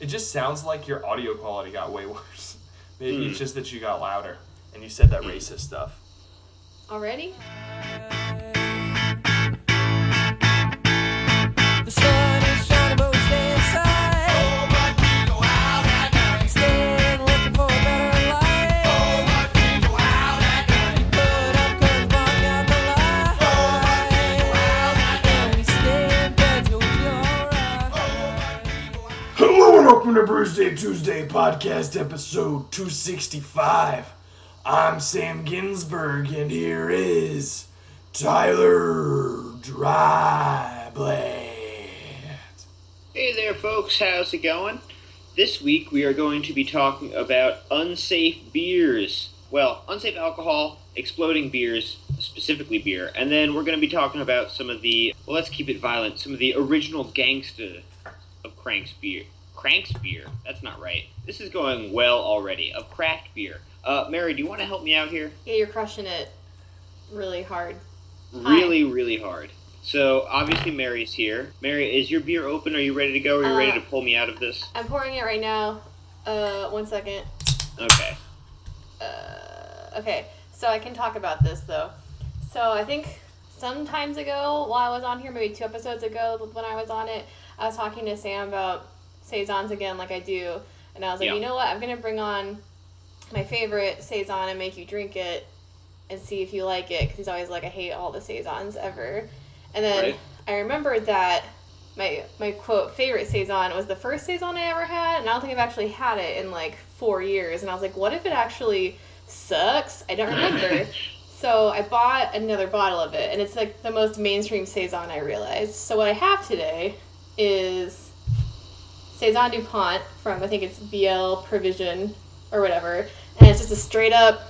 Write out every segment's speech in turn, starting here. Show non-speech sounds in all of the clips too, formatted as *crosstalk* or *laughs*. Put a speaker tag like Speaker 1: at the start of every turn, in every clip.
Speaker 1: It just sounds like your audio quality got way *laughs* worse. Maybe it's just that you got louder and you said that racist stuff.
Speaker 2: Already?
Speaker 3: The sun is shining, but we stay inside.
Speaker 4: Oh, but we go out at night.
Speaker 3: Staying looking for a better life.
Speaker 4: Oh, but we go out at night.
Speaker 3: But I'm gonna block out the light. And we stay in bed till we feel alright.
Speaker 1: Hello and welcome to Bruce Day Tuesday podcast episode 265. I'm Sam Ginsburg and here is Tyler Dryblatt.
Speaker 5: Hey there, folks. How's it going? This week we are going to be talking about unsafe beers. Well, unsafe alcohol, exploding beers, specifically beer. And then we're going to be talking about some of the, well, let's keep it violent, some of the original gangsta of Crank's beer. Crank's beer? That's not right. This is going well already. Of craft beer. Uh, Mary, do you want to help me out here?
Speaker 2: Yeah, you're crushing it really hard.
Speaker 5: Really, really hard. So, obviously, Mary's here. Mary, is your beer open? Are you ready to go? Are you ready
Speaker 2: Uh,
Speaker 5: to pull me out of this?
Speaker 2: I'm pouring it right now. Uh, one second.
Speaker 5: Okay.
Speaker 2: Uh, okay, so I can talk about this though. So I think some times ago, while I was on here, maybe two episodes ago when I was on it, I was talking to Sam about saisons again, like I do, and I was like,
Speaker 5: Yeah.
Speaker 2: you know what, I'm gonna bring on my favorite saison and make you drink it and see if you like it, because he's always like, I hate all the saisons ever, and then
Speaker 5: Right.
Speaker 2: I remembered that. My, my quote favorite saison was the first saison I ever had, and I don't think I've actually had it in like four years. And I was like, what if it actually sucks. I don't remember. so I bought another bottle of it, and it's like the most mainstream saison I realized. So what I have today is saison Dupont from I think it's BL Provision or whatever, and it's just a straight up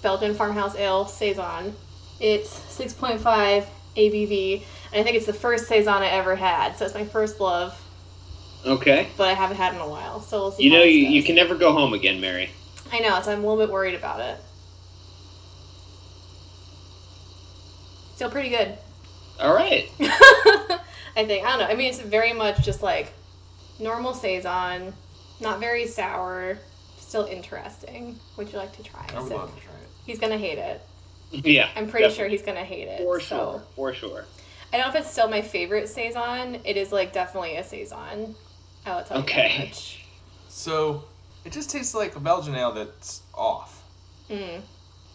Speaker 2: Belgian farmhouse ale saison. It's six point five ABV, and I think it's the first saison I ever had. So it's my first love,
Speaker 5: Okay.
Speaker 2: but I haven't had in a while. So we'll see.
Speaker 5: You
Speaker 2: how
Speaker 5: know,
Speaker 2: this
Speaker 5: you, you
Speaker 2: goes.
Speaker 5: can never go home again, Mary.
Speaker 2: I know, so I'm a little bit worried about it. Still pretty good. *laughs*
Speaker 5: All right.
Speaker 2: I think. I don't know. I mean, it's very much just like normal Saison, not very sour, still interesting. Would you like to try it?
Speaker 1: I would
Speaker 2: So-
Speaker 1: love to try it.
Speaker 2: he's going to hate it.
Speaker 5: Yeah.
Speaker 2: I'm pretty sure
Speaker 5: definitely.
Speaker 2: he's going to hate it.
Speaker 5: For
Speaker 2: so.
Speaker 5: sure. For sure.
Speaker 2: I don't know if it's still my favorite Saison. It is like definitely a Saison. I will tell you that
Speaker 5: Okay.
Speaker 2: much.
Speaker 1: So, it just tastes like a Belgian ale that's off.
Speaker 2: Mm.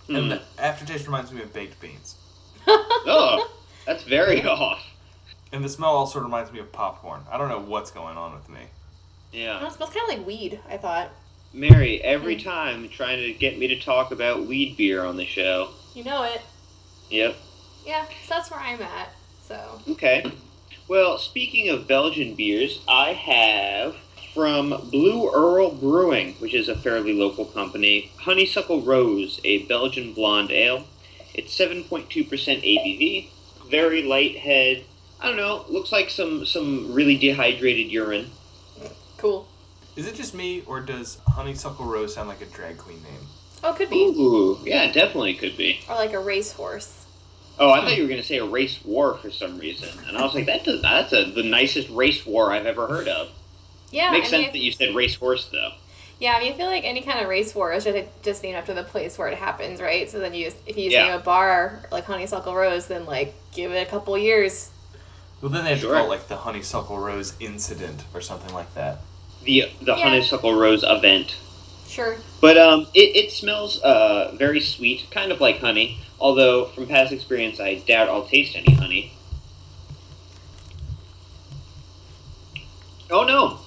Speaker 1: And
Speaker 5: Mm.
Speaker 1: the aftertaste reminds me of baked beans.
Speaker 5: oh,
Speaker 2: *laughs*
Speaker 5: that's very off.
Speaker 1: And the smell also reminds me of popcorn. I don't know what's going on with me.
Speaker 2: I don't know,
Speaker 5: Yeah.
Speaker 2: it smells kind of like weed, I thought.
Speaker 5: Mary, every
Speaker 2: Hmm.
Speaker 5: time trying to get me to talk about weed beer on the show.
Speaker 2: You know it.
Speaker 5: Yep.
Speaker 2: Yeah, so that's where I'm at. So
Speaker 5: Okay. Well, speaking of Belgian beers, I have from Blue Earl Brewing, which is a fairly local company, Honeysuckle Rose, a Belgian blonde ale. It's 7.2% ABV, very light head. I don't know, looks like some some really dehydrated urine.
Speaker 2: cool.
Speaker 1: Is it just me, or does Honeysuckle Rose sound like a drag queen name?
Speaker 2: Oh, it could be.
Speaker 5: Ooh, yeah, definitely could be.
Speaker 2: Or like a racehorse.
Speaker 5: Oh, I thought you were going to say a race war for some reason, and I was like, that does that's a, the nicest race war I've ever heard of.
Speaker 2: Yeah,
Speaker 5: Makes
Speaker 2: I mean,
Speaker 5: sense that you said race horse though.
Speaker 2: yeah. I mean, I feel like any kind of race war is just, just named after the place where it happens, right? So then you, just, if you just
Speaker 5: Yeah.
Speaker 2: name a bar like Honeysuckle Rose, then like give it a couple years.
Speaker 1: Well, then they have
Speaker 5: Sure.
Speaker 1: to call it like the Honeysuckle Rose incident or something like that.
Speaker 5: the the
Speaker 2: Yeah.
Speaker 5: honeysuckle rose event.
Speaker 2: Sure.
Speaker 5: But um, it, it smells uh, very sweet, kind of like honey. Although from past experience, I doubt I'll taste any honey. Oh no,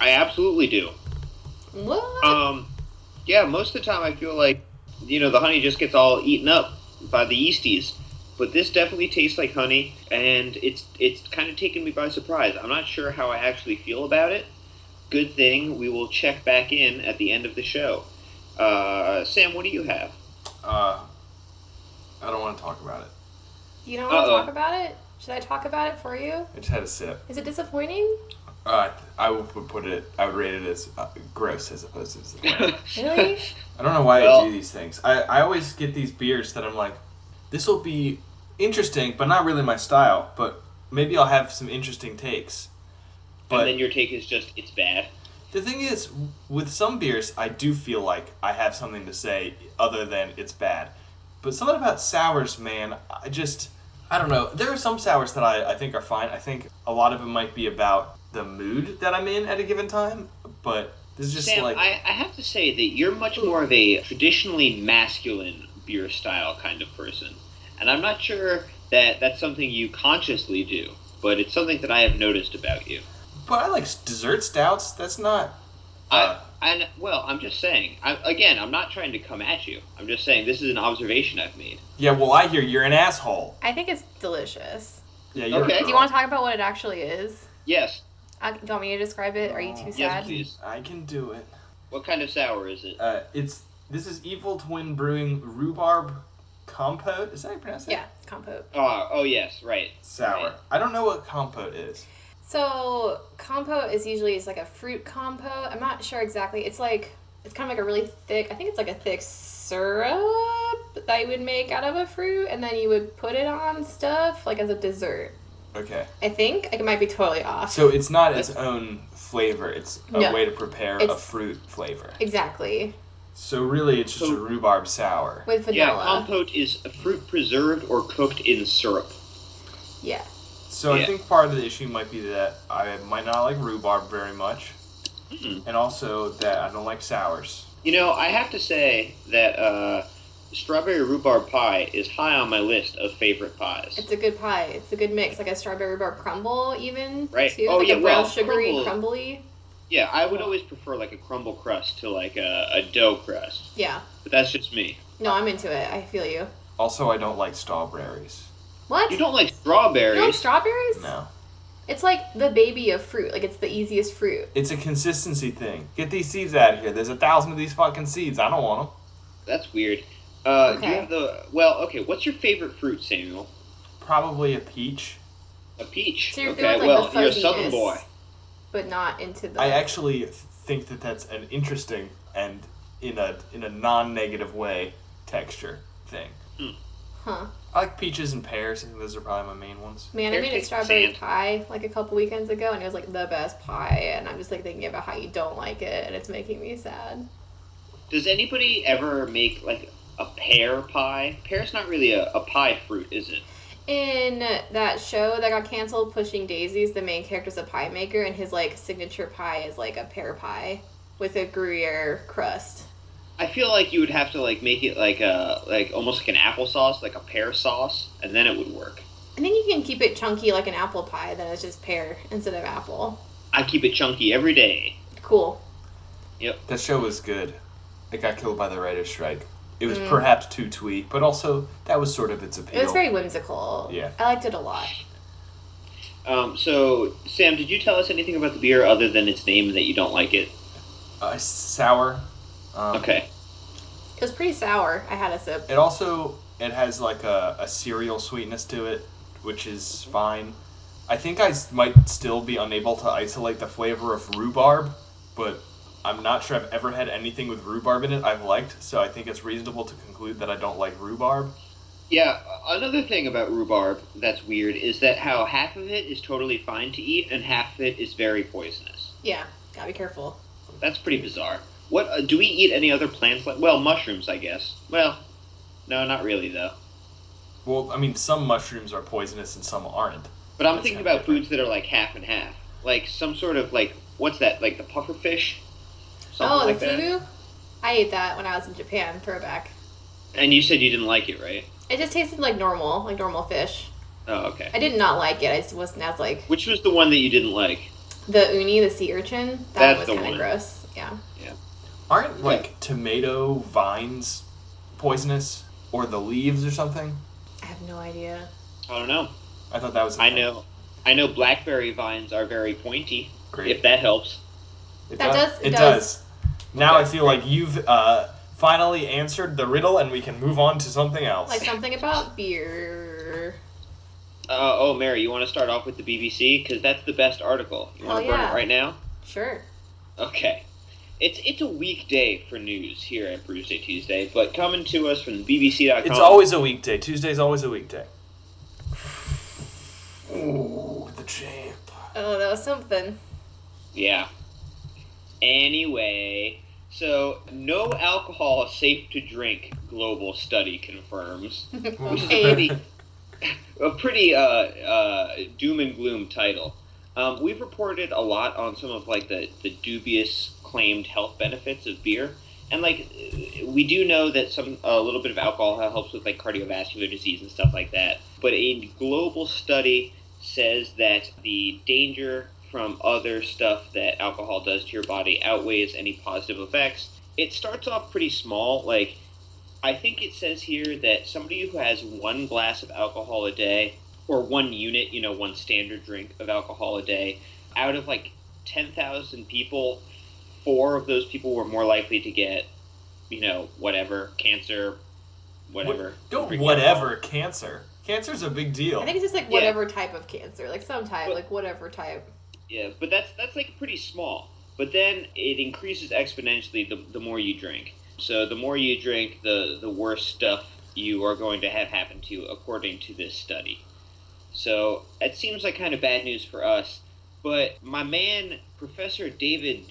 Speaker 5: I absolutely do.
Speaker 2: What?
Speaker 5: Um, yeah, most of the time I feel like you know the honey just gets all eaten up by the yeasties. But this definitely tastes like honey, and it's it's kind of taken me by surprise. I'm not sure how I actually feel about it. Good thing we will check back in at the end of the show. Uh, Sam, what do you have? *laughs*
Speaker 1: Uh, I don't want to talk about it.
Speaker 2: you don't want to
Speaker 5: uh-oh.
Speaker 2: talk about it? Should I talk about it for you?
Speaker 1: I just had a sip.
Speaker 2: Is it disappointing?
Speaker 1: Uh, I would would put it. I would rate it as uh, gross as opposed to. disappointing.
Speaker 5: *laughs*
Speaker 2: Really?
Speaker 1: *laughs* I don't know why I
Speaker 5: Well-
Speaker 1: do these things. I, I always get these beers that I'm like, this will be interesting, but not really my style. But maybe I'll have some interesting takes. But
Speaker 5: and then your take is just it's bad.
Speaker 1: The thing is, with some beers, I do feel like I have something to say other than it's bad. But something about sours, man, I just. I don't know. There are some sours that I, I think are fine. I think a lot of them might be about the mood that I'm in at a given time. But this is just
Speaker 5: Sam,
Speaker 1: like.
Speaker 5: I, I have to say that you're much more of a traditionally masculine beer style kind of person. And I'm not sure that that's something you consciously do, but it's something that I have noticed about you.
Speaker 1: But I like dessert stouts. That's not. Uh,
Speaker 5: I, and, well, I'm just saying, I, again, I'm not trying to come at you. I'm just saying this is an observation I've made.
Speaker 1: yeah, well, I hear you're an asshole.
Speaker 2: I think it's delicious.
Speaker 1: Yeah, you're.
Speaker 5: Okay.
Speaker 1: A
Speaker 2: Do you
Speaker 1: girl.
Speaker 2: want to talk about what it actually is?
Speaker 5: Yes.
Speaker 2: I, do you want me to describe it? Are you too
Speaker 5: Uh, Yes,
Speaker 2: sad?
Speaker 5: please.
Speaker 1: I can do it.
Speaker 5: What kind of sour is it?
Speaker 1: Uh, it's this is Evil Twin Brewing rhubarb compote. Is that how you pronounce it?
Speaker 2: yeah, it's compote.
Speaker 5: Oh, oh yes, right.
Speaker 1: Sour. I don't know what compote is.
Speaker 2: So compote is usually is like a fruit compote. I'm not sure exactly. It's like it's kind of like a really thick. I think it's like a thick syrup that you would make out of a fruit, and then you would put it on stuff like as a dessert.
Speaker 1: Okay.
Speaker 2: I think like, it might be totally off.
Speaker 1: So it's not its own flavor. It's a
Speaker 2: No.
Speaker 1: way to prepare a
Speaker 2: It's-
Speaker 1: fruit flavor.
Speaker 2: exactly
Speaker 1: So really, it's just a
Speaker 5: So-
Speaker 1: rhubarb sour.
Speaker 2: with
Speaker 5: Yeah,
Speaker 2: vanilla.
Speaker 5: compote is a fruit preserved or cooked in syrup.
Speaker 2: Yeah.
Speaker 1: So I
Speaker 5: Yeah.
Speaker 1: think part of the issue might be that I might not like rhubarb very much,
Speaker 5: Hmm.
Speaker 1: and also that I don't like sours.
Speaker 5: You know, I have to say that uh, strawberry rhubarb pie is high on my list of favorite pies.
Speaker 2: It's a good pie. It's a good mix, like a strawberry rhubarb crumble, even
Speaker 5: Right.
Speaker 2: too.
Speaker 5: Oh,
Speaker 2: like
Speaker 5: yeah,
Speaker 2: a real
Speaker 5: well,
Speaker 2: sugary
Speaker 5: crumble-
Speaker 2: crumbly.
Speaker 5: yeah, I would always prefer like a crumble crust to like a, a dough crust,
Speaker 2: Yeah.
Speaker 5: but that's just me.
Speaker 2: No, I'm into it. I feel you.
Speaker 1: Also, I don't like strawberries.
Speaker 2: What?
Speaker 5: You don't like
Speaker 2: You don't like
Speaker 5: strawberries?
Speaker 2: strawberries?
Speaker 1: No,
Speaker 2: It's like the baby of fruit. Like it's the easiest fruit.
Speaker 1: it's a consistency thing. Get these seeds out of here. There's a thousand of these fucking seeds. I don't want them.
Speaker 5: That's weird. Uh, Do you
Speaker 2: Okay.
Speaker 5: have the well? Okay, what's your favorite fruit, Samuel?
Speaker 1: Probably a peach.
Speaker 5: A peach.
Speaker 2: So you're
Speaker 5: okay,
Speaker 2: doing like
Speaker 5: well,
Speaker 2: the
Speaker 5: you're a
Speaker 2: fuzziness,
Speaker 5: southern boy.
Speaker 2: but not into the.
Speaker 1: I actually think that that's an interesting and in a in a non-negative way texture thing.
Speaker 2: Huh.
Speaker 1: I like peaches and pears. I think those are probably my main ones.
Speaker 2: Man, I
Speaker 5: Pear
Speaker 2: made a
Speaker 5: tastes
Speaker 2: strawberry
Speaker 5: sand.
Speaker 2: pie like a couple weekends ago, and it was like the best pie. And I'm just like thinking about how you don't like it, and it's making me sad.
Speaker 5: Does anybody ever make like a pear pie? Pear's not really a, a pie fruit, is it?
Speaker 2: In that show that got canceled, Pushing Daisies, the main character's a pie maker, and his like signature pie is like a pear pie with a Gruyere crust.
Speaker 5: I feel like you would have to like make it like a like almost like an applesauce, like a pear sauce, and then it would work.
Speaker 2: I think you can keep it chunky like an apple pie, then it's just pear instead of apple.
Speaker 5: I keep it chunky every day.
Speaker 2: Cool.
Speaker 1: That show was good. It got killed by the writer's strike. It was
Speaker 2: Mm.
Speaker 1: perhaps too twee, but also that was sort of its appeal.
Speaker 2: It was very whimsical.
Speaker 1: Yeah.
Speaker 2: I liked it a lot.
Speaker 5: Um, so Sam, did you tell us anything about the beer other than its name and that you don't like it?
Speaker 1: uh, sour. Um,
Speaker 5: Okay.
Speaker 2: It was pretty sour. I had a sip.
Speaker 1: It also it has like a, a cereal sweetness to it, which is fine. I think I s- might still be unable to isolate the flavor of rhubarb, but I'm not sure I've ever had anything with rhubarb in it I've liked, so I think it's reasonable to conclude that I don't like rhubarb.
Speaker 5: Yeah, another thing about rhubarb that's weird is that how half of it is totally fine to eat and half of it is very poisonous.
Speaker 2: Yeah, gotta be careful.
Speaker 5: That's pretty bizarre. What uh, do we eat any other plants like? Well, mushrooms, I guess. Well, no, not really though.
Speaker 1: Well, I mean, some mushrooms are poisonous and some aren't.
Speaker 5: But I'm
Speaker 1: That's
Speaker 5: thinking
Speaker 1: kinda
Speaker 5: about
Speaker 1: different.
Speaker 5: foods that are like half and half, like some sort of like what's that? Like the pufferfish. Something
Speaker 2: oh,
Speaker 5: like
Speaker 2: the
Speaker 5: that.
Speaker 2: fugu? I ate that when I was in Japan, throwback.
Speaker 5: And you said you didn't like it, right?
Speaker 2: It just tasted like normal, like normal fish.
Speaker 5: Oh, okay.
Speaker 2: I did not like it. I just wasn't as like
Speaker 5: Which was the one that you didn't like?
Speaker 2: the uni, the sea urchin. That
Speaker 5: That's the
Speaker 2: was kind
Speaker 5: one.
Speaker 2: of gross. Yeah.
Speaker 1: Aren't like tomato vines poisonous or the leaves or something?
Speaker 2: I have no idea.
Speaker 5: I don't know.
Speaker 1: I thought that was. a
Speaker 5: I
Speaker 1: thing.
Speaker 5: know. I know blackberry vines are very pointy.
Speaker 1: Great.
Speaker 5: If that helps.
Speaker 1: It
Speaker 2: That does- it
Speaker 1: It
Speaker 2: does.
Speaker 1: does. Now I
Speaker 5: Okay.
Speaker 1: feel like you've uh, finally answered the riddle, and we can move on to something else.
Speaker 2: Like something about beer.
Speaker 5: Uh, oh, Mary, you want to start off with the BBC because that's the best article. You want to
Speaker 2: Hell
Speaker 5: burn
Speaker 2: yeah.
Speaker 5: it right now?
Speaker 2: Sure.
Speaker 5: Okay. It's it's a weekday for news here at Bruce Day Tuesday, but coming to us from BBC.com.
Speaker 1: it's always a weekday. Tuesday's always a weekday.
Speaker 6: Ooh, the champ.
Speaker 2: Oh, that was something.
Speaker 5: Yeah. Anyway, so no alcohol is safe to drink. Global study confirms,
Speaker 1: *laughs*
Speaker 5: which is a
Speaker 2: Hey.
Speaker 5: pretty, uh, a pretty uh, uh, doom and gloom title. Um, we've reported a lot on some of like the, the dubious claimed health benefits of beer, and like we do know that some a little bit of alcohol helps with like cardiovascular disease and stuff like that. But a global study says that the danger from other stuff that alcohol does to your body outweighs any positive effects. It starts off pretty small. Like, I think it says here that somebody who has one glass of alcohol a day, or one unit, you know, one standard drink of alcohol a day, out of like 10,000 people, four of those people were more likely to get, you know, whatever, cancer, whatever.
Speaker 1: What- don't
Speaker 5: Drinking
Speaker 1: whatever cancer. Cancer's a big deal.
Speaker 2: I think it's just like
Speaker 5: Yeah.
Speaker 2: whatever type of cancer, like some type,
Speaker 5: Well-
Speaker 2: like whatever type.
Speaker 5: Yeah, but that's that's like pretty small. But then it increases exponentially the, the more you drink. So the more you drink, the the worse stuff you are going to have happen to you, according to this study. So it seems like kind of bad news for us. But my man, Professor David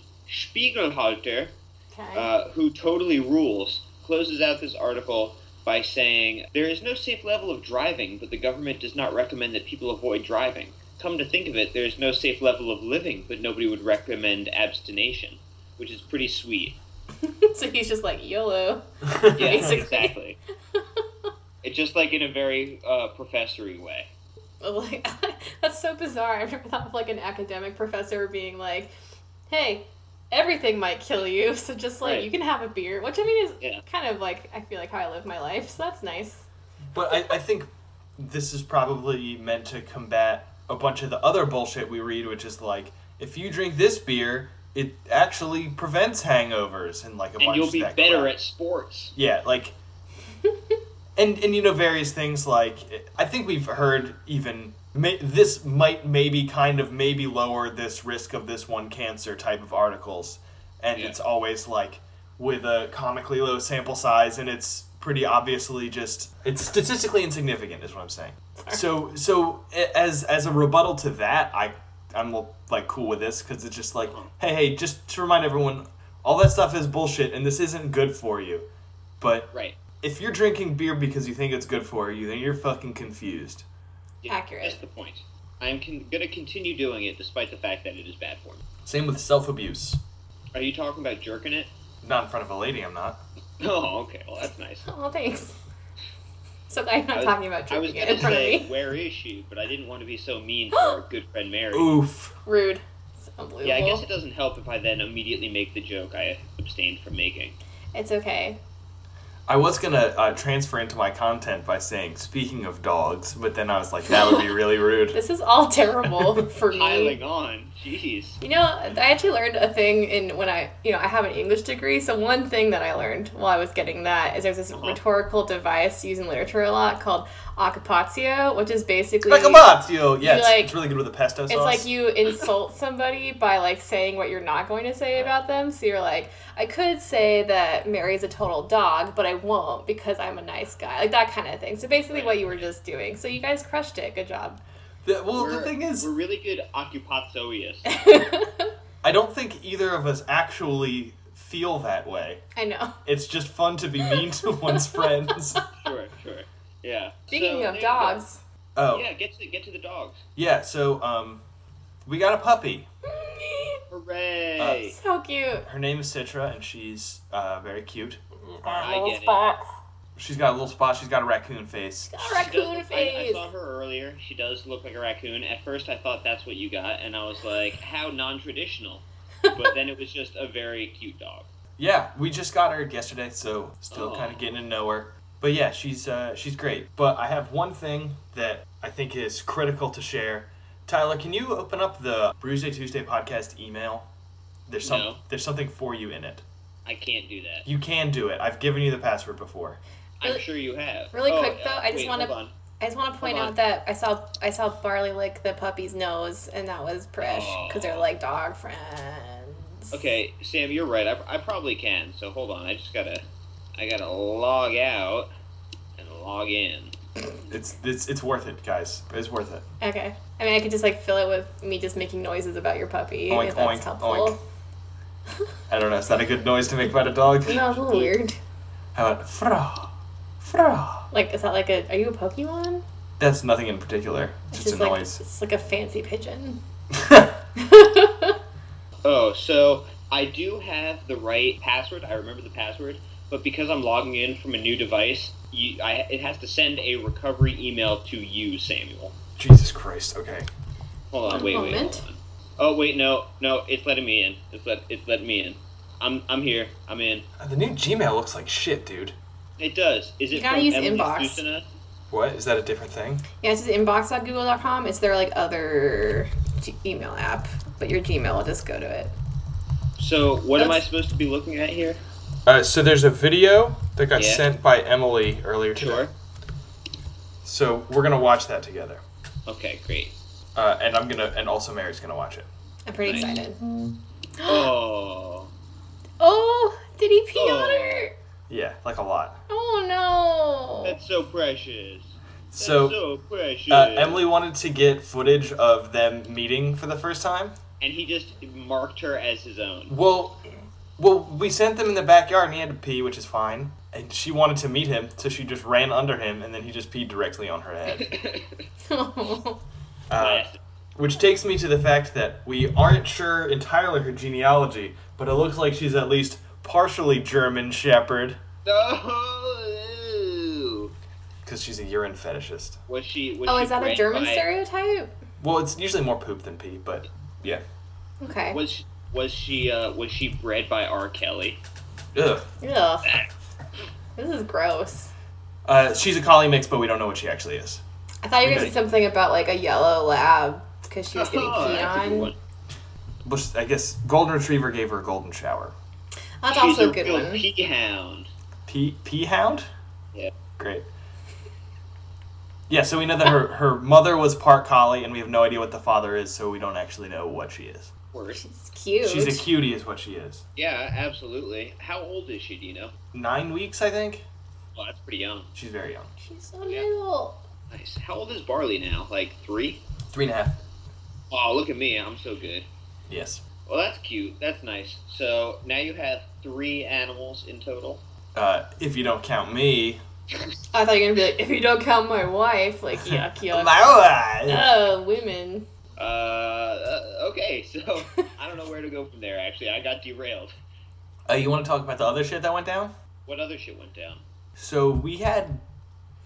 Speaker 5: Spiegelhalter,
Speaker 2: Okay.
Speaker 5: uh, who totally rules, closes out this article by saying there is no safe level of driving, but the government does not recommend that people avoid driving. Come to think of it, there is no safe level of living, but nobody would recommend abstination, which is pretty sweet.
Speaker 2: *laughs* so he's just like YOLO.
Speaker 5: Yeah,
Speaker 2: Basically.
Speaker 5: exactly. It's just like in a very uh, professory way.
Speaker 2: like *laughs* that's so bizarre. I've never thought of like an academic professor being like, "Hey, everything might kill you, *laughs* so just like
Speaker 5: Right.
Speaker 2: you can have a beer," which I mean is
Speaker 5: Yeah.
Speaker 2: kind of like I feel like how I live my life, so that's nice.
Speaker 1: But I, I think this is probably meant to combat a bunch of the other bullshit we read, which is like, if you drink this beer, it actually prevents hangovers and like a
Speaker 5: And
Speaker 1: bunch
Speaker 5: you'll
Speaker 1: of
Speaker 5: be
Speaker 1: that
Speaker 5: better
Speaker 1: crap.
Speaker 5: at sports.
Speaker 1: Yeah, like, and and you know various things like I think we've heard even may, this might maybe kind of maybe lower this risk of this one cancer type of articles, and
Speaker 5: Yeah.
Speaker 1: it's always like with a comically low sample size, and it's pretty obviously just it's statistically insignificant is what I'm saying. So so a- as as a rebuttal to that, I I'm like cool with this because it's just like hey hey just to remind everyone. All that stuff is bullshit, and this isn't good for you. But
Speaker 5: Right.
Speaker 1: if you're drinking beer because you think it's good for you, then you're fucking confused.
Speaker 5: Yeah,
Speaker 2: Accurate.
Speaker 5: That's the point. I'm con- going to continue doing it despite the fact that it is bad for me.
Speaker 1: Same with self abuse.
Speaker 5: Are you talking about jerking it? *laughs*
Speaker 1: Not in front of a lady, I'm not.
Speaker 5: Oh, okay. Well, that's nice.
Speaker 2: Oh, thanks. So I'm not
Speaker 5: I was-
Speaker 2: talking about
Speaker 5: I was
Speaker 2: drinking it
Speaker 5: gonna
Speaker 2: in front of
Speaker 5: say,
Speaker 2: me.
Speaker 5: *laughs*
Speaker 2: *laughs*
Speaker 5: where is she? But I didn't want to be so
Speaker 2: *gasps*
Speaker 5: mean to our good friend Mary.
Speaker 1: Oof.
Speaker 2: Rude. It's unbelievable.
Speaker 5: Yeah, I guess it doesn't help if I then immediately make the joke I abstained from making.
Speaker 2: it's okay.
Speaker 1: I was gonna uh, transfer into my content by saying "speaking of dogs," but then I was like, that would be
Speaker 2: *laughs*
Speaker 1: really rude.
Speaker 2: This is all
Speaker 5: *laughs*
Speaker 2: terrible for me.
Speaker 5: Piling on, jeez.
Speaker 2: You know, I actually learned a thing in when I, you know, I have an English degree. So one thing that I learned while I was getting that is there's this
Speaker 5: Uh-huh.
Speaker 2: rhetorical device used in literature a lot called occupatio, which is basically
Speaker 1: Like a bot, yo. Yeah,
Speaker 2: you
Speaker 1: it's,
Speaker 2: like-
Speaker 1: it's really good with the pesto
Speaker 2: it's
Speaker 1: sauce.
Speaker 2: like you insult somebody by like saying what you're not going to say about them. So you're like, I could say that Mary's a total dog, but I won't because I'm a nice guy, like that kind of thing. So basically, what you were just doing. So you guys crushed it. Good job.
Speaker 5: *laughs*
Speaker 2: *laughs*
Speaker 1: The- well,
Speaker 5: we're,
Speaker 1: the thing is,
Speaker 5: we're really good occupazoias.
Speaker 2: *laughs*
Speaker 1: I don't think either of us actually feel that way.
Speaker 2: I know.
Speaker 1: It's just fun to be mean to
Speaker 2: *laughs*
Speaker 1: one's friends.
Speaker 5: sure, sure. Yeah. So,
Speaker 2: Speaking
Speaker 5: there
Speaker 2: of
Speaker 5: you go.
Speaker 2: dogs. *laughs*
Speaker 1: Oh, yeah.
Speaker 5: Yeah, get to get to the dogs.
Speaker 1: so um, we got a puppy. Uh,
Speaker 5: Hooray!
Speaker 2: So cute.
Speaker 1: Her name is Citra, and she's uh, very cute.
Speaker 5: I
Speaker 2: Little
Speaker 5: get it.
Speaker 2: spots.
Speaker 1: She's got a little spot. She's got a raccoon face.
Speaker 2: A
Speaker 5: She does
Speaker 2: raccoon
Speaker 5: look- I- I,
Speaker 2: face.
Speaker 5: saw her earlier. She does look like a raccoon. At first, I thought that's what you got, and I was like, how non-traditional.
Speaker 2: *laughs*
Speaker 5: but then it was just a very cute dog.
Speaker 1: Yeah, we just got her yesterday, so still
Speaker 5: Oh.
Speaker 1: kind of getting to know her. But yeah, she's uh, she's great. But I have one thing that I think is critical to share. Tyler, can you open up the Bruise Day Tuesday podcast email? There's some
Speaker 5: No.
Speaker 1: there's something for you in it.
Speaker 5: I can't do that.
Speaker 1: You can do it. I've given you the password before.
Speaker 5: I'm
Speaker 2: Really-
Speaker 5: sure you have.
Speaker 2: really
Speaker 5: Oh,
Speaker 2: quick, though,
Speaker 5: uh,
Speaker 2: I just
Speaker 5: wait,
Speaker 2: wanna-
Speaker 5: hold on.
Speaker 2: I just want to point
Speaker 5: Hold
Speaker 2: out
Speaker 5: on.
Speaker 2: that I saw I saw Barley lick the puppy's nose, and that was Prish because they're like dog friends.
Speaker 5: Okay, Sam, you're right. I, I probably can. So hold on. I just gotta, I gotta log out and log in.
Speaker 1: It's it's it's worth it, guys. It's worth it.
Speaker 2: Okay. I mean, I could just like fill it with me just making noises about your puppy
Speaker 1: Oink,
Speaker 2: if that's
Speaker 1: oink,
Speaker 2: helpful.
Speaker 1: oink. I don't know. Is that a good noise to make about a dog?
Speaker 2: No, it's a little weird.
Speaker 1: How about fra, fra?
Speaker 2: Like, is that like a? Are you a Pokemon?
Speaker 1: That's nothing in particular. It's just a
Speaker 2: like
Speaker 1: noise.
Speaker 2: it's like a fancy pigeon. *laughs*
Speaker 1: *laughs*
Speaker 5: Oh, so I do have the right password. I remember the password, but because I'm logging in from a new device, you, I, it has to send a recovery email to you, Samuel.
Speaker 1: Jesus Christ. Okay.
Speaker 5: Hold on, wait, wait.
Speaker 2: Moment.
Speaker 5: hold on. Oh wait, no, no, it's letting me in. It's let it's letting me in. I'm I'm here. I'm in.
Speaker 1: Uh, The new Gmail looks like shit, dude.
Speaker 5: It does. Is it
Speaker 2: You gotta
Speaker 5: from
Speaker 2: use
Speaker 5: Emily
Speaker 2: inbox.
Speaker 5: Susana?
Speaker 1: What is that a different thing?
Speaker 2: Yeah, it's just inbox.google.com. It's their like other g- email app, but your Gmail will just go to it.
Speaker 5: So what am I
Speaker 2: That's-
Speaker 5: supposed to be looking at here?
Speaker 1: Uh, so there's a video that got
Speaker 5: Yeah.
Speaker 1: sent by Emily earlier today.
Speaker 5: Sure.
Speaker 1: So we're gonna watch that together,
Speaker 5: Okay,
Speaker 1: *gasps*
Speaker 5: great.
Speaker 1: uh, and I'm gonna, and also Mary's gonna watch it.
Speaker 2: I'm pretty
Speaker 5: Nice.
Speaker 2: excited.
Speaker 5: Oh.
Speaker 2: Oh, did he pee
Speaker 5: Oh.
Speaker 2: on her?
Speaker 1: Yeah, like a lot.
Speaker 2: Oh no.
Speaker 5: That's so precious. That's
Speaker 1: So,
Speaker 5: so precious.
Speaker 1: uh, Emily wanted to get footage of them meeting for the first time.
Speaker 5: and he just marked her as his own.
Speaker 1: Well, well, we sent them in the backyard, and he had to pee, which is fine. And she wanted to meet him, so she just ran under him, and then he just peed directly on her
Speaker 5: *laughs*
Speaker 1: head. Uh,
Speaker 5: Classic.
Speaker 1: which takes me to the fact that we aren't sure entirely her genealogy, but it looks like she's at least partially German Shepherd,
Speaker 5: No.
Speaker 1: because she's a urine fetishist.
Speaker 5: Oh, Was she? Was
Speaker 2: *laughs* oh,
Speaker 5: she
Speaker 2: is that a
Speaker 5: bred
Speaker 2: German
Speaker 5: by-
Speaker 2: stereotype?
Speaker 1: Well, it's usually more poop than pee, but yeah.
Speaker 2: Okay.
Speaker 5: Was she, was she uh, was she bred by R. Kelly?
Speaker 1: Ugh.
Speaker 2: Ugh. This is gross.
Speaker 1: Uh, she's a collie mix, but we don't know what she actually is.
Speaker 2: I thought you were gonna
Speaker 1: Okay.
Speaker 2: say something about like a yellow lab because she was getting
Speaker 5: Oh,
Speaker 2: peed
Speaker 5: that's a good
Speaker 2: on.
Speaker 5: one.
Speaker 1: But I guess Golden Retriever gave her a golden shower.
Speaker 2: That's
Speaker 5: She's
Speaker 2: also a
Speaker 5: a
Speaker 2: good
Speaker 5: real
Speaker 2: one.
Speaker 5: pea hound.
Speaker 1: Pea pea hound.
Speaker 5: Yeah.
Speaker 1: Great. Yeah, so we know that her, her mother was part collie, and we have no idea what the father is, so we don't actually know what she is.
Speaker 5: Worse.
Speaker 2: She's cute.
Speaker 1: She's a cutie, is what she is.
Speaker 5: Yeah, absolutely. How old is she? Do you know?
Speaker 1: Nine weeks, I think.
Speaker 5: Well, that's pretty young.
Speaker 1: She's very young.
Speaker 2: She's so little.
Speaker 5: Nice. How old is Barley now? Like three?
Speaker 1: Three and a half.
Speaker 5: Oh, look at me. I'm so good.
Speaker 1: Yes.
Speaker 5: Well, that's cute. That's nice. So now you have three animals in total.
Speaker 2: *laughs*
Speaker 1: Uh, if you don't count me.
Speaker 2: I thought you were gonna be like, if you don't count my wife,
Speaker 1: *laughs*
Speaker 2: like yuck
Speaker 5: *laughs*
Speaker 2: yuck.
Speaker 1: My wife.
Speaker 2: oh, women.
Speaker 5: Uh, uh, okay. So I don't know where to go from there. Actually, I got derailed.
Speaker 1: Uh, you want to talk about the other shit that went down?
Speaker 5: What other shit went down?
Speaker 1: So we had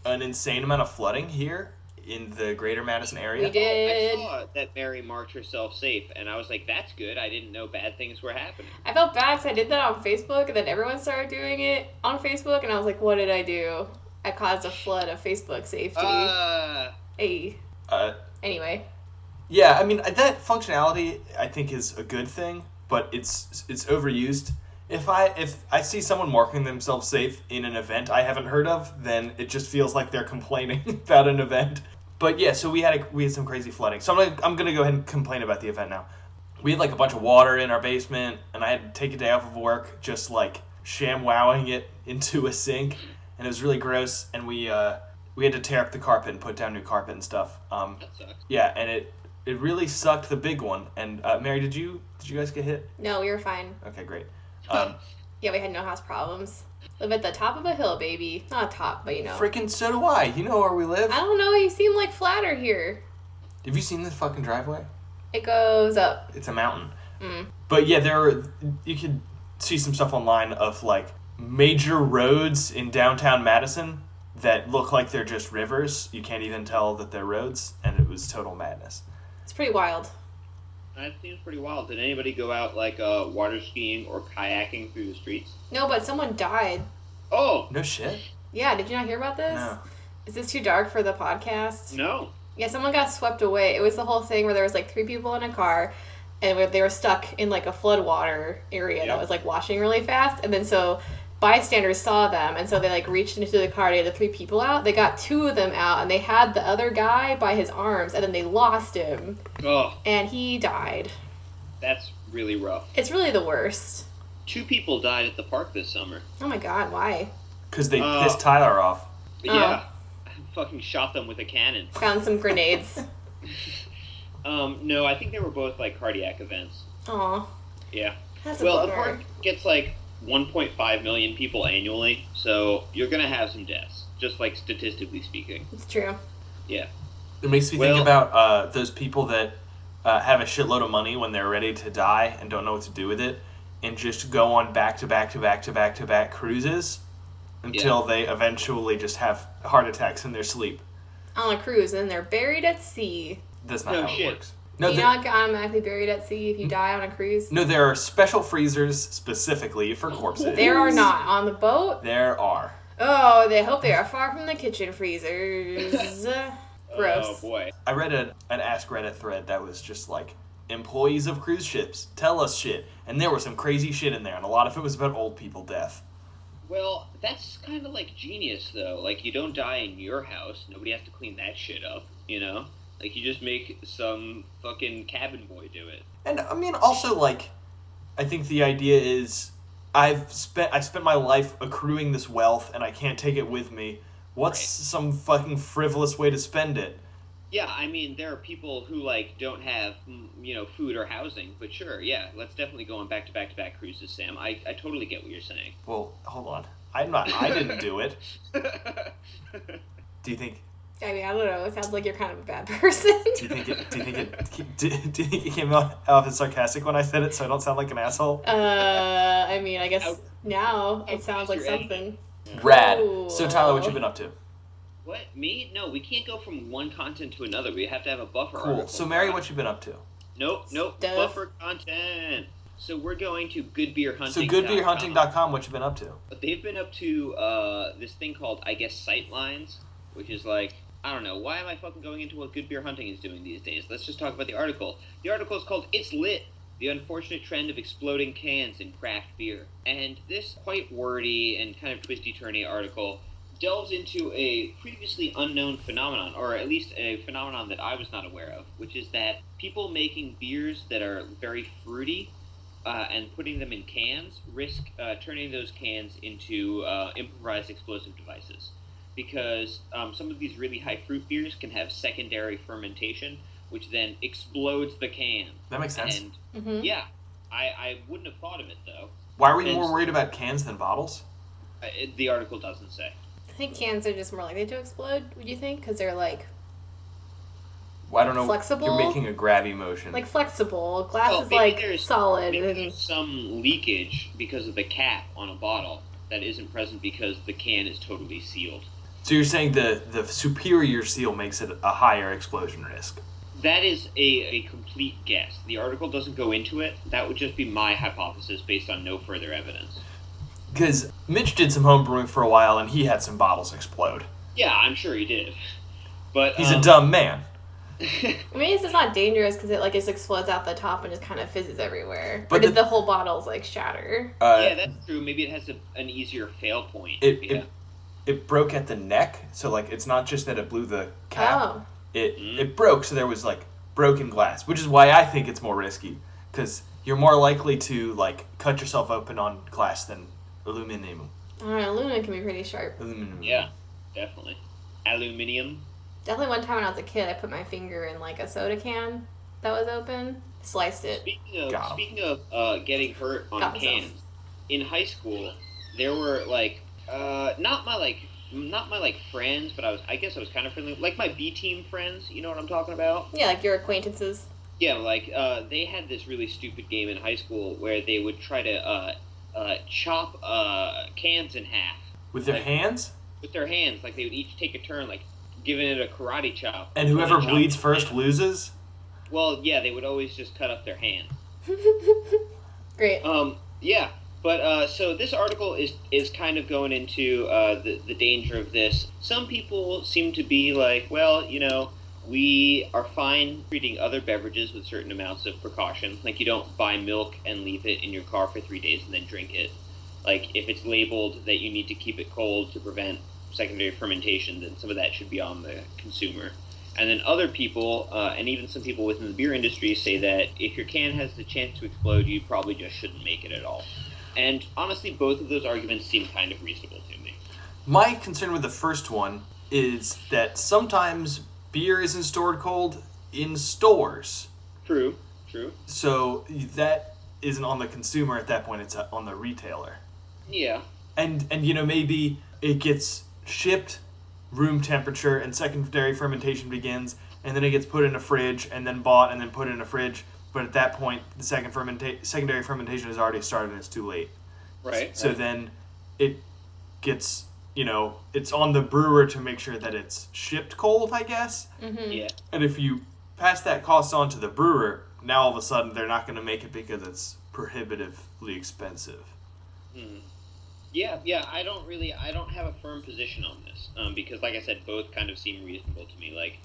Speaker 1: an insane amount of flooding here in the greater Madison area.
Speaker 2: We did.
Speaker 5: I saw that Mary marked herself safe, and I was like, "That's good. I didn't know bad things were happening."
Speaker 2: I felt bad because I did that on Facebook and then everyone started doing it on Facebook and I was like, what did I do? I caused a flood of Facebook safety.
Speaker 5: Uh,
Speaker 2: hey.
Speaker 1: Uh,
Speaker 2: Anyway.
Speaker 1: yeah, I mean that functionality I think is a good thing, but it's it's overused. If I if I see someone marking themselves safe in an event I haven't heard of, then it just feels like they're *laughs* complaining about an event. But yeah, so we had a, we had some crazy flooding. So I'm gonna, I'm gonna go ahead and complain about the event now. we had like a bunch of water in our basement and i had to take a day off of work just like sham wowing it *laughs* into a sink and it was really gross and we uh we had to tear up the carpet and put down new carpet and stuff um
Speaker 5: that sucks.
Speaker 1: yeah and it it really sucked the big one and uh, mary did you did you guys get hit
Speaker 2: No, we were fine.
Speaker 1: okay great um
Speaker 2: Yeah, we had no house problems. Live at the top of a hill, baby. Not top, but you know.
Speaker 1: freaking so do i you know where we live
Speaker 2: I don't know, you seem like flatter here.
Speaker 1: have you seen this fucking driveway
Speaker 2: It goes up.
Speaker 1: it's a mountain.
Speaker 2: Mm.
Speaker 1: But yeah, there are, you could see some stuff online of like major roads in downtown Madison that look like they're just rivers. You can't even tell that they're roads, and it was total madness.
Speaker 2: It's pretty wild.
Speaker 5: That seems pretty wild. Did anybody go out like uh, water skiing or kayaking through the streets?
Speaker 2: No, but someone died.
Speaker 5: Oh
Speaker 1: No shit.
Speaker 2: Yeah, did you not hear about this?
Speaker 1: No.
Speaker 2: Is this too dark for the podcast?
Speaker 5: no!
Speaker 2: Yeah, someone got swept away. It was the whole thing where there was like three people in a car, and where they were stuck in like a floodwater area
Speaker 5: Yeah.
Speaker 2: that was like washing really fast, and then so bystanders saw them, and so they like reached into the car to get the three people out. They got two of them out, and they had the other guy by his arms, and then they lost him,
Speaker 5: Oh,
Speaker 2: and he died.
Speaker 5: that's really rough.
Speaker 2: It's really the worst.
Speaker 5: Two people died at the park this summer.
Speaker 2: Oh my god, why?
Speaker 1: Because they
Speaker 5: Oh.
Speaker 1: pissed Tyler off.
Speaker 5: Yeah,
Speaker 2: Oh.
Speaker 5: I *laughs* fucking shot them with a cannon.
Speaker 2: Found some grenades.
Speaker 5: Um, no, I think they were both like cardiac events.
Speaker 2: Aw.
Speaker 5: Yeah.
Speaker 2: That's
Speaker 5: Well,
Speaker 2: a bummer.
Speaker 5: Apart gets like 1.5 million people annually, so you're gonna have some deaths, just like statistically speaking.
Speaker 2: It's true.
Speaker 5: Yeah.
Speaker 1: It makes me
Speaker 5: Well-
Speaker 1: think about uh, those people that uh, have a shitload of money when they're ready to die and don't know what to do with it, and just go on back to back to back to back to back cruises until they eventually just have heart attacks in their sleep.
Speaker 2: On a cruise, and they're buried at sea.
Speaker 1: That's not
Speaker 5: No
Speaker 1: how
Speaker 5: shit.
Speaker 1: it works. No,
Speaker 2: You're
Speaker 1: there-
Speaker 2: not automatically buried at sea if you die on a cruise.
Speaker 1: no, there are special freezers specifically
Speaker 5: *laughs*
Speaker 1: for corpses.
Speaker 2: There are not on the boat.
Speaker 1: There are.
Speaker 2: Oh, they hope they are far from the kitchen
Speaker 5: *laughs*
Speaker 2: freezers.
Speaker 5: Oh
Speaker 2: Gross.
Speaker 5: boy.
Speaker 1: I read an, an Ask Reddit thread that was just like, employees of cruise ships, tell us shit. And there was some crazy shit in there, and a lot of it was about old people death.
Speaker 5: Well, that's kind of like genius, though. Like, you don't die in your house. Nobody has to clean that shit up, you know? Like, you just make some fucking cabin boy do it.
Speaker 1: And I mean, also like, I think the idea is, I've spent I spent my life accruing this wealth, and I can't take it with me. What's
Speaker 5: Right.
Speaker 1: some fucking frivolous way to spend it?
Speaker 5: Yeah, I mean, there are people who, like, don't have, mm, you know, food or housing, but sure, yeah, let's definitely go on back to back to back cruises, Sam. I, I totally get what you're saying. *laughs*
Speaker 1: Well, hold on. I'm not. I didn't do it. Do you think?
Speaker 2: I mean, I don't know. It sounds like you're kind of a bad *laughs* person.
Speaker 1: Do you think it? Do you think it? Do, do you think it *laughs* came out- off as sarcastic when I said it, so I don't sound like an asshole?
Speaker 2: uh, I mean, I guess
Speaker 5: Out-
Speaker 2: now it sounds like
Speaker 5: Oh. you're in.
Speaker 2: something.
Speaker 1: Rad.
Speaker 2: Ooh.
Speaker 1: So Tyler, what you been up to?
Speaker 5: what? Me? No, we can't go from one content to another. We have to have a buffer.
Speaker 1: Cool.
Speaker 5: article.
Speaker 1: So Mary, what you been up to?
Speaker 5: Nope, nope.
Speaker 2: Stuff.
Speaker 5: Buffer content. So we're going to goodbeerhunting.com.
Speaker 1: So goodbeerhunting.com, what you been up to?
Speaker 5: But they've been up to uh, this thing called, I guess, sightlines, which is like, I don't know, why am I fucking going into what Good Beer Hunting is doing these days? Let's just talk about the article. The article is called It's Lit The Unfortunate Trend of Exploding Cans in Craft Beer. And this quite wordy and kind of twisty turny article delves into a previously unknown phenomenon, or at least a phenomenon that I was not aware of, which is that people making beers that are very fruity uh, and putting them in cans risk uh, turning those cans into uh, improvised explosive devices because um, some of these really high fruit beers can have secondary fermentation which then explodes the can
Speaker 1: That makes sense.
Speaker 5: and
Speaker 2: hmm
Speaker 5: yeah I, I wouldn't have thought of it though
Speaker 1: Why are we
Speaker 5: and-
Speaker 1: more worried about cans than bottles?
Speaker 5: uh, it, the article doesn't say
Speaker 2: I think cans are just more likely to explode. Would you think? Because they're like
Speaker 1: Well, I don't know.
Speaker 2: Flexible?
Speaker 1: You're making a grabby motion.
Speaker 2: like flexible. Glass
Speaker 5: Well,
Speaker 2: is
Speaker 5: Oh, maybe
Speaker 2: like
Speaker 5: there's-
Speaker 2: solid
Speaker 5: Maybe
Speaker 2: and
Speaker 5: there's some leakage because of the cap on a bottle that isn't present because the can is totally sealed
Speaker 1: so you're saying the the superior seal makes it a higher explosion risk.
Speaker 5: That is a, a complete guess. The article doesn't go into it. That would just be my hypothesis based on no further evidence.
Speaker 1: Because Mitch did some home brewing for a while and he had some bottles explode.
Speaker 5: Yeah, I'm sure he did. But
Speaker 1: He's
Speaker 5: um,
Speaker 1: a
Speaker 5: *laughs*
Speaker 1: dumb man.
Speaker 2: I mean, it's just not dangerous because it like just explodes out the top and just kind of fizzes everywhere. But
Speaker 1: But
Speaker 2: did
Speaker 1: the-
Speaker 2: the whole bottles like shatter?
Speaker 1: Uh,
Speaker 5: Yeah, that's true. Maybe it has a, an easier fail point.
Speaker 1: it,
Speaker 5: yeah.
Speaker 1: it it broke at the neck, so like it's not just that it blew the cap.
Speaker 2: Oh,
Speaker 1: It
Speaker 5: Mhm.
Speaker 1: it broke, so there was like broken glass, which is why I think it's more risky. Because you're more likely to like cut yourself open on glass than aluminum.
Speaker 2: I don't know. Aluminum can be pretty sharp.
Speaker 1: Aluminum.
Speaker 5: yeah, definitely. Aluminium.
Speaker 2: Definitely, one time when I was a kid, I put my finger in like a soda can that was open, sliced it.
Speaker 5: Speaking of
Speaker 1: Got 'em.
Speaker 5: speaking of uh, getting hurt on
Speaker 2: Got myself.
Speaker 5: cans, in high school there were like uh, not my like not my like friends, but I was I guess I was kind of friendly like my B team friends. You know what I'm talking about?
Speaker 2: Yeah, like your acquaintances.
Speaker 5: Yeah, like uh, they had this really stupid game in high school where they would try to uh, uh, chop uh, cans in half
Speaker 1: With their
Speaker 5: Like-
Speaker 1: hands,
Speaker 5: with their hands. Like they would each take a turn, like giving it a karate chop.
Speaker 1: and whoever
Speaker 5: Chop.
Speaker 1: bleeds first loses.
Speaker 5: Well, yeah, they would always just cut up their hand.
Speaker 2: Great.
Speaker 5: Um, yeah, but uh, so this article is is kind of going into uh, the the danger of this. Some people seem to be like, well, you know, we are fine treating other beverages with certain amounts of precaution. Like you don't buy milk and leave it in your car for three days and then drink it. Like if it's labeled that you need to keep it cold to prevent secondary fermentation, then some of that should be on the consumer. And then other people, uh, and even some people within the beer industry, say that if your can has the chance to explode, you probably just shouldn't make it at all. And honestly, both of those arguments seem kind of reasonable to me.
Speaker 1: My concern with the first one is that sometimes beer isn't stored cold in stores.
Speaker 5: True, true.
Speaker 1: So that isn't on the consumer at that point; it's uh, on the retailer.
Speaker 5: Yeah.
Speaker 1: And and you know maybe it gets shipped room temperature and secondary fermentation begins and then it gets put in a fridge and then bought and then put in a fridge but at that point the second fermenta- secondary fermentation has already started and it's too late
Speaker 5: Right.
Speaker 1: so then it gets, you know, it's on the brewer to make sure that it's shipped cold, I guess.
Speaker 2: Mm-hmm.
Speaker 5: Yeah.
Speaker 1: And if you pass that cost on to the brewer, now all of a sudden they're not going to make it because it's prohibitively expensive.
Speaker 5: Hmm. Yeah, yeah, I don't really, I don't have a firm position on this um, because, like I said, both kind of seem reasonable to me. Like,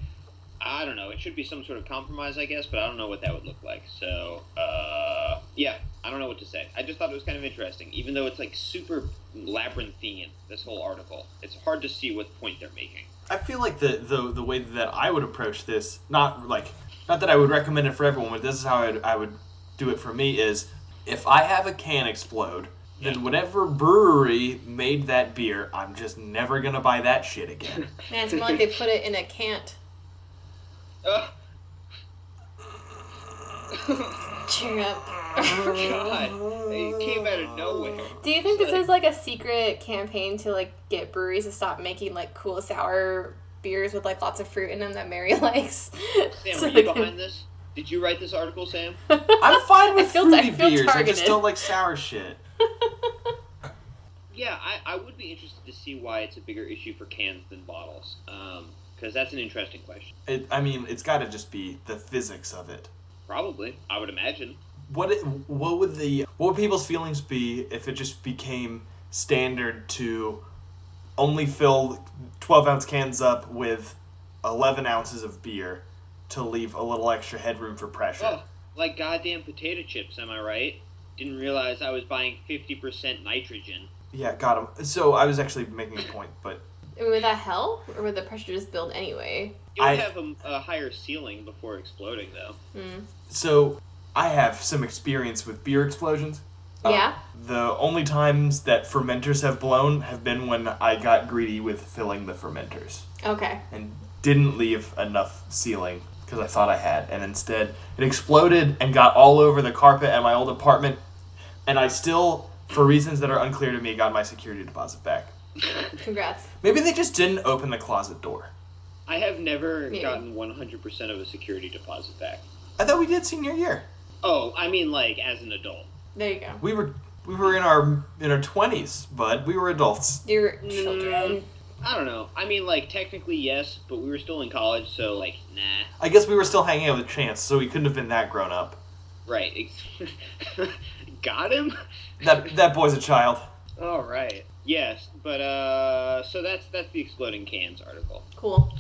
Speaker 5: I don't know, it should be some sort of compromise, I guess, but I don't know what that would look like. So, uh, yeah, I don't know what to say. I just thought it was kind of interesting, even though it's like super labyrinthian. This whole article, it's hard to see what point they're making.
Speaker 1: I feel like the the, the way that I would approach this, not like not that I would recommend it for everyone, but this is how I would, I would do it for me is if I have a can explode, then whatever brewery made that beer, I'm just never going to buy that shit again.
Speaker 2: Man, it's more like they put it in a cant.
Speaker 5: Oh
Speaker 2: Cheer up.
Speaker 5: *laughs*
Speaker 2: *laughs*
Speaker 5: God, it came out of nowhere.
Speaker 2: Do you think this is like a secret campaign to like get breweries to stop making like cool sour beers with like lots of fruit in them that Mary *laughs* likes?
Speaker 5: Sam,
Speaker 2: So
Speaker 5: are
Speaker 2: they
Speaker 5: you
Speaker 2: can-
Speaker 5: behind this? Did you write this article, Sam?
Speaker 2: *laughs*
Speaker 1: I'm fine with
Speaker 2: I feel-
Speaker 1: fruity
Speaker 2: I feel
Speaker 1: beers. I just
Speaker 2: targeted.
Speaker 1: don't like sour shit.
Speaker 5: Yeah, I, I would be interested to see why it's a bigger issue for cans than bottles. Um, because that's an interesting question.
Speaker 1: It, I mean, it's got to just be the physics of it.
Speaker 5: Probably, I would imagine.
Speaker 1: What it, what would the what would people's feelings be if it just became standard to only fill twelve ounce cans up with eleven ounces of beer to leave a little extra headroom for pressure?
Speaker 5: Oh, like goddamn potato chips, am I right? Didn't realize I was buying 50% nitrogen.
Speaker 1: Yeah, got him. So I was actually making a point, but
Speaker 2: I mean, would that help, or would the pressure just build anyway?
Speaker 5: You would
Speaker 1: I-
Speaker 5: have a, a higher ceiling before exploding, though.
Speaker 2: Hmm.
Speaker 1: So I have some experience with beer explosions. Um,
Speaker 2: Yeah?
Speaker 1: the only times that fermenters have blown have been when I got greedy with filling the fermenters
Speaker 2: Okay.
Speaker 1: and didn't leave enough ceiling because I thought I had, and instead it exploded and got all over the carpet at my old apartment, and I still, for reasons that are unclear to me, got my security deposit back.
Speaker 2: Congrats.
Speaker 1: Maybe they just didn't open the closet door.
Speaker 5: I have never
Speaker 2: Maybe.
Speaker 5: gotten 100% of a security deposit back.
Speaker 1: I thought we did senior year.
Speaker 5: Oh, I mean, like, as an adult.
Speaker 2: There you go.
Speaker 1: We were we were in our in our twenties, bud. We were adults.
Speaker 2: Your children.
Speaker 5: I don't know. I mean, like, technically, yes, but we were still in college, so, like, nah.
Speaker 1: I guess we were still hanging out with Chance, so we couldn't have been that grown up.
Speaker 5: Right. *laughs* Got him?
Speaker 1: That that boy's a child.
Speaker 5: All right. Yes, but uh, so that's that's the exploding cans article.
Speaker 2: Cool.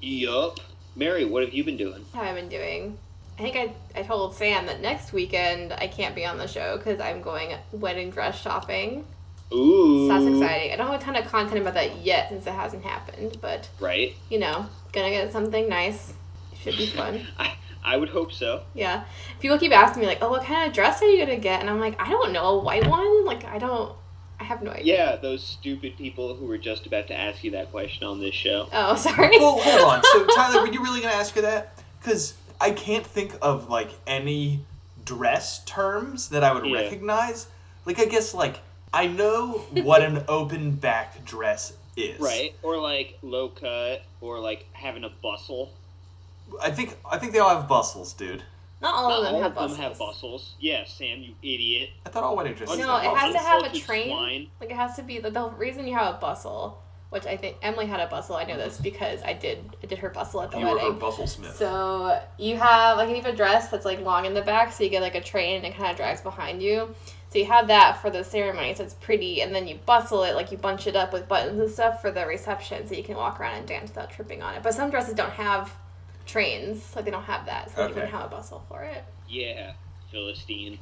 Speaker 5: Yup. Mary, what have you been doing?
Speaker 2: How I've been doing. I think I, I told Sam that next weekend I can't be on the show because I'm going wedding dress shopping.
Speaker 5: Ooh.
Speaker 2: So that's exciting. I don't have a ton of content about that yet since it hasn't happened, but
Speaker 5: Right.
Speaker 2: you know, gonna get something nice. Should be fun.
Speaker 5: *laughs* I I would hope so.
Speaker 2: Yeah. People keep asking me like, "Oh, what kind of dress are you gonna get?" And I'm like, "I don't know, a white one. Like, I don't. I have no idea."
Speaker 5: Yeah, those stupid people who were just about to ask you that question on this show.
Speaker 2: Oh, *laughs* sorry.
Speaker 1: Well, hold on. So Tyler, were you really gonna ask her that? Because I can't think of like any dress terms that I would
Speaker 5: Yeah.
Speaker 1: recognize. Like I guess like I know what
Speaker 5: *laughs*
Speaker 1: an open back dress is.
Speaker 5: Right. Or like low cut, or like having a bustle.
Speaker 1: I think I think they all have bustles, dude.
Speaker 2: Not all of
Speaker 5: Not
Speaker 2: them
Speaker 5: all
Speaker 2: have
Speaker 5: of them
Speaker 2: bustles.
Speaker 5: have bustles. Yeah, Sam, you idiot.
Speaker 1: I thought all wedding dresses.
Speaker 5: Bunch
Speaker 2: No,
Speaker 5: of
Speaker 1: had
Speaker 2: it has to
Speaker 1: bustles.
Speaker 2: have a
Speaker 5: insulted
Speaker 2: train.
Speaker 5: swine.
Speaker 2: Like it has to be the, the reason you have a bustle, which I think Emily had a bustle. I know this because I did I did her bustle at the
Speaker 1: You were
Speaker 2: wedding.
Speaker 1: her bustle smith.
Speaker 2: So you have like if you have a dress that's like long in the back, so you get like a train and it kind of drags behind you. So you have that for the ceremony, so it's pretty, and then you bustle it, like you bunch it up with buttons and stuff for the reception, so you can walk around and dance without tripping on it. But some dresses don't have trains, like they don't have that, so you
Speaker 1: Okay.
Speaker 2: don't have a bustle for it.
Speaker 5: Yeah, Philistine.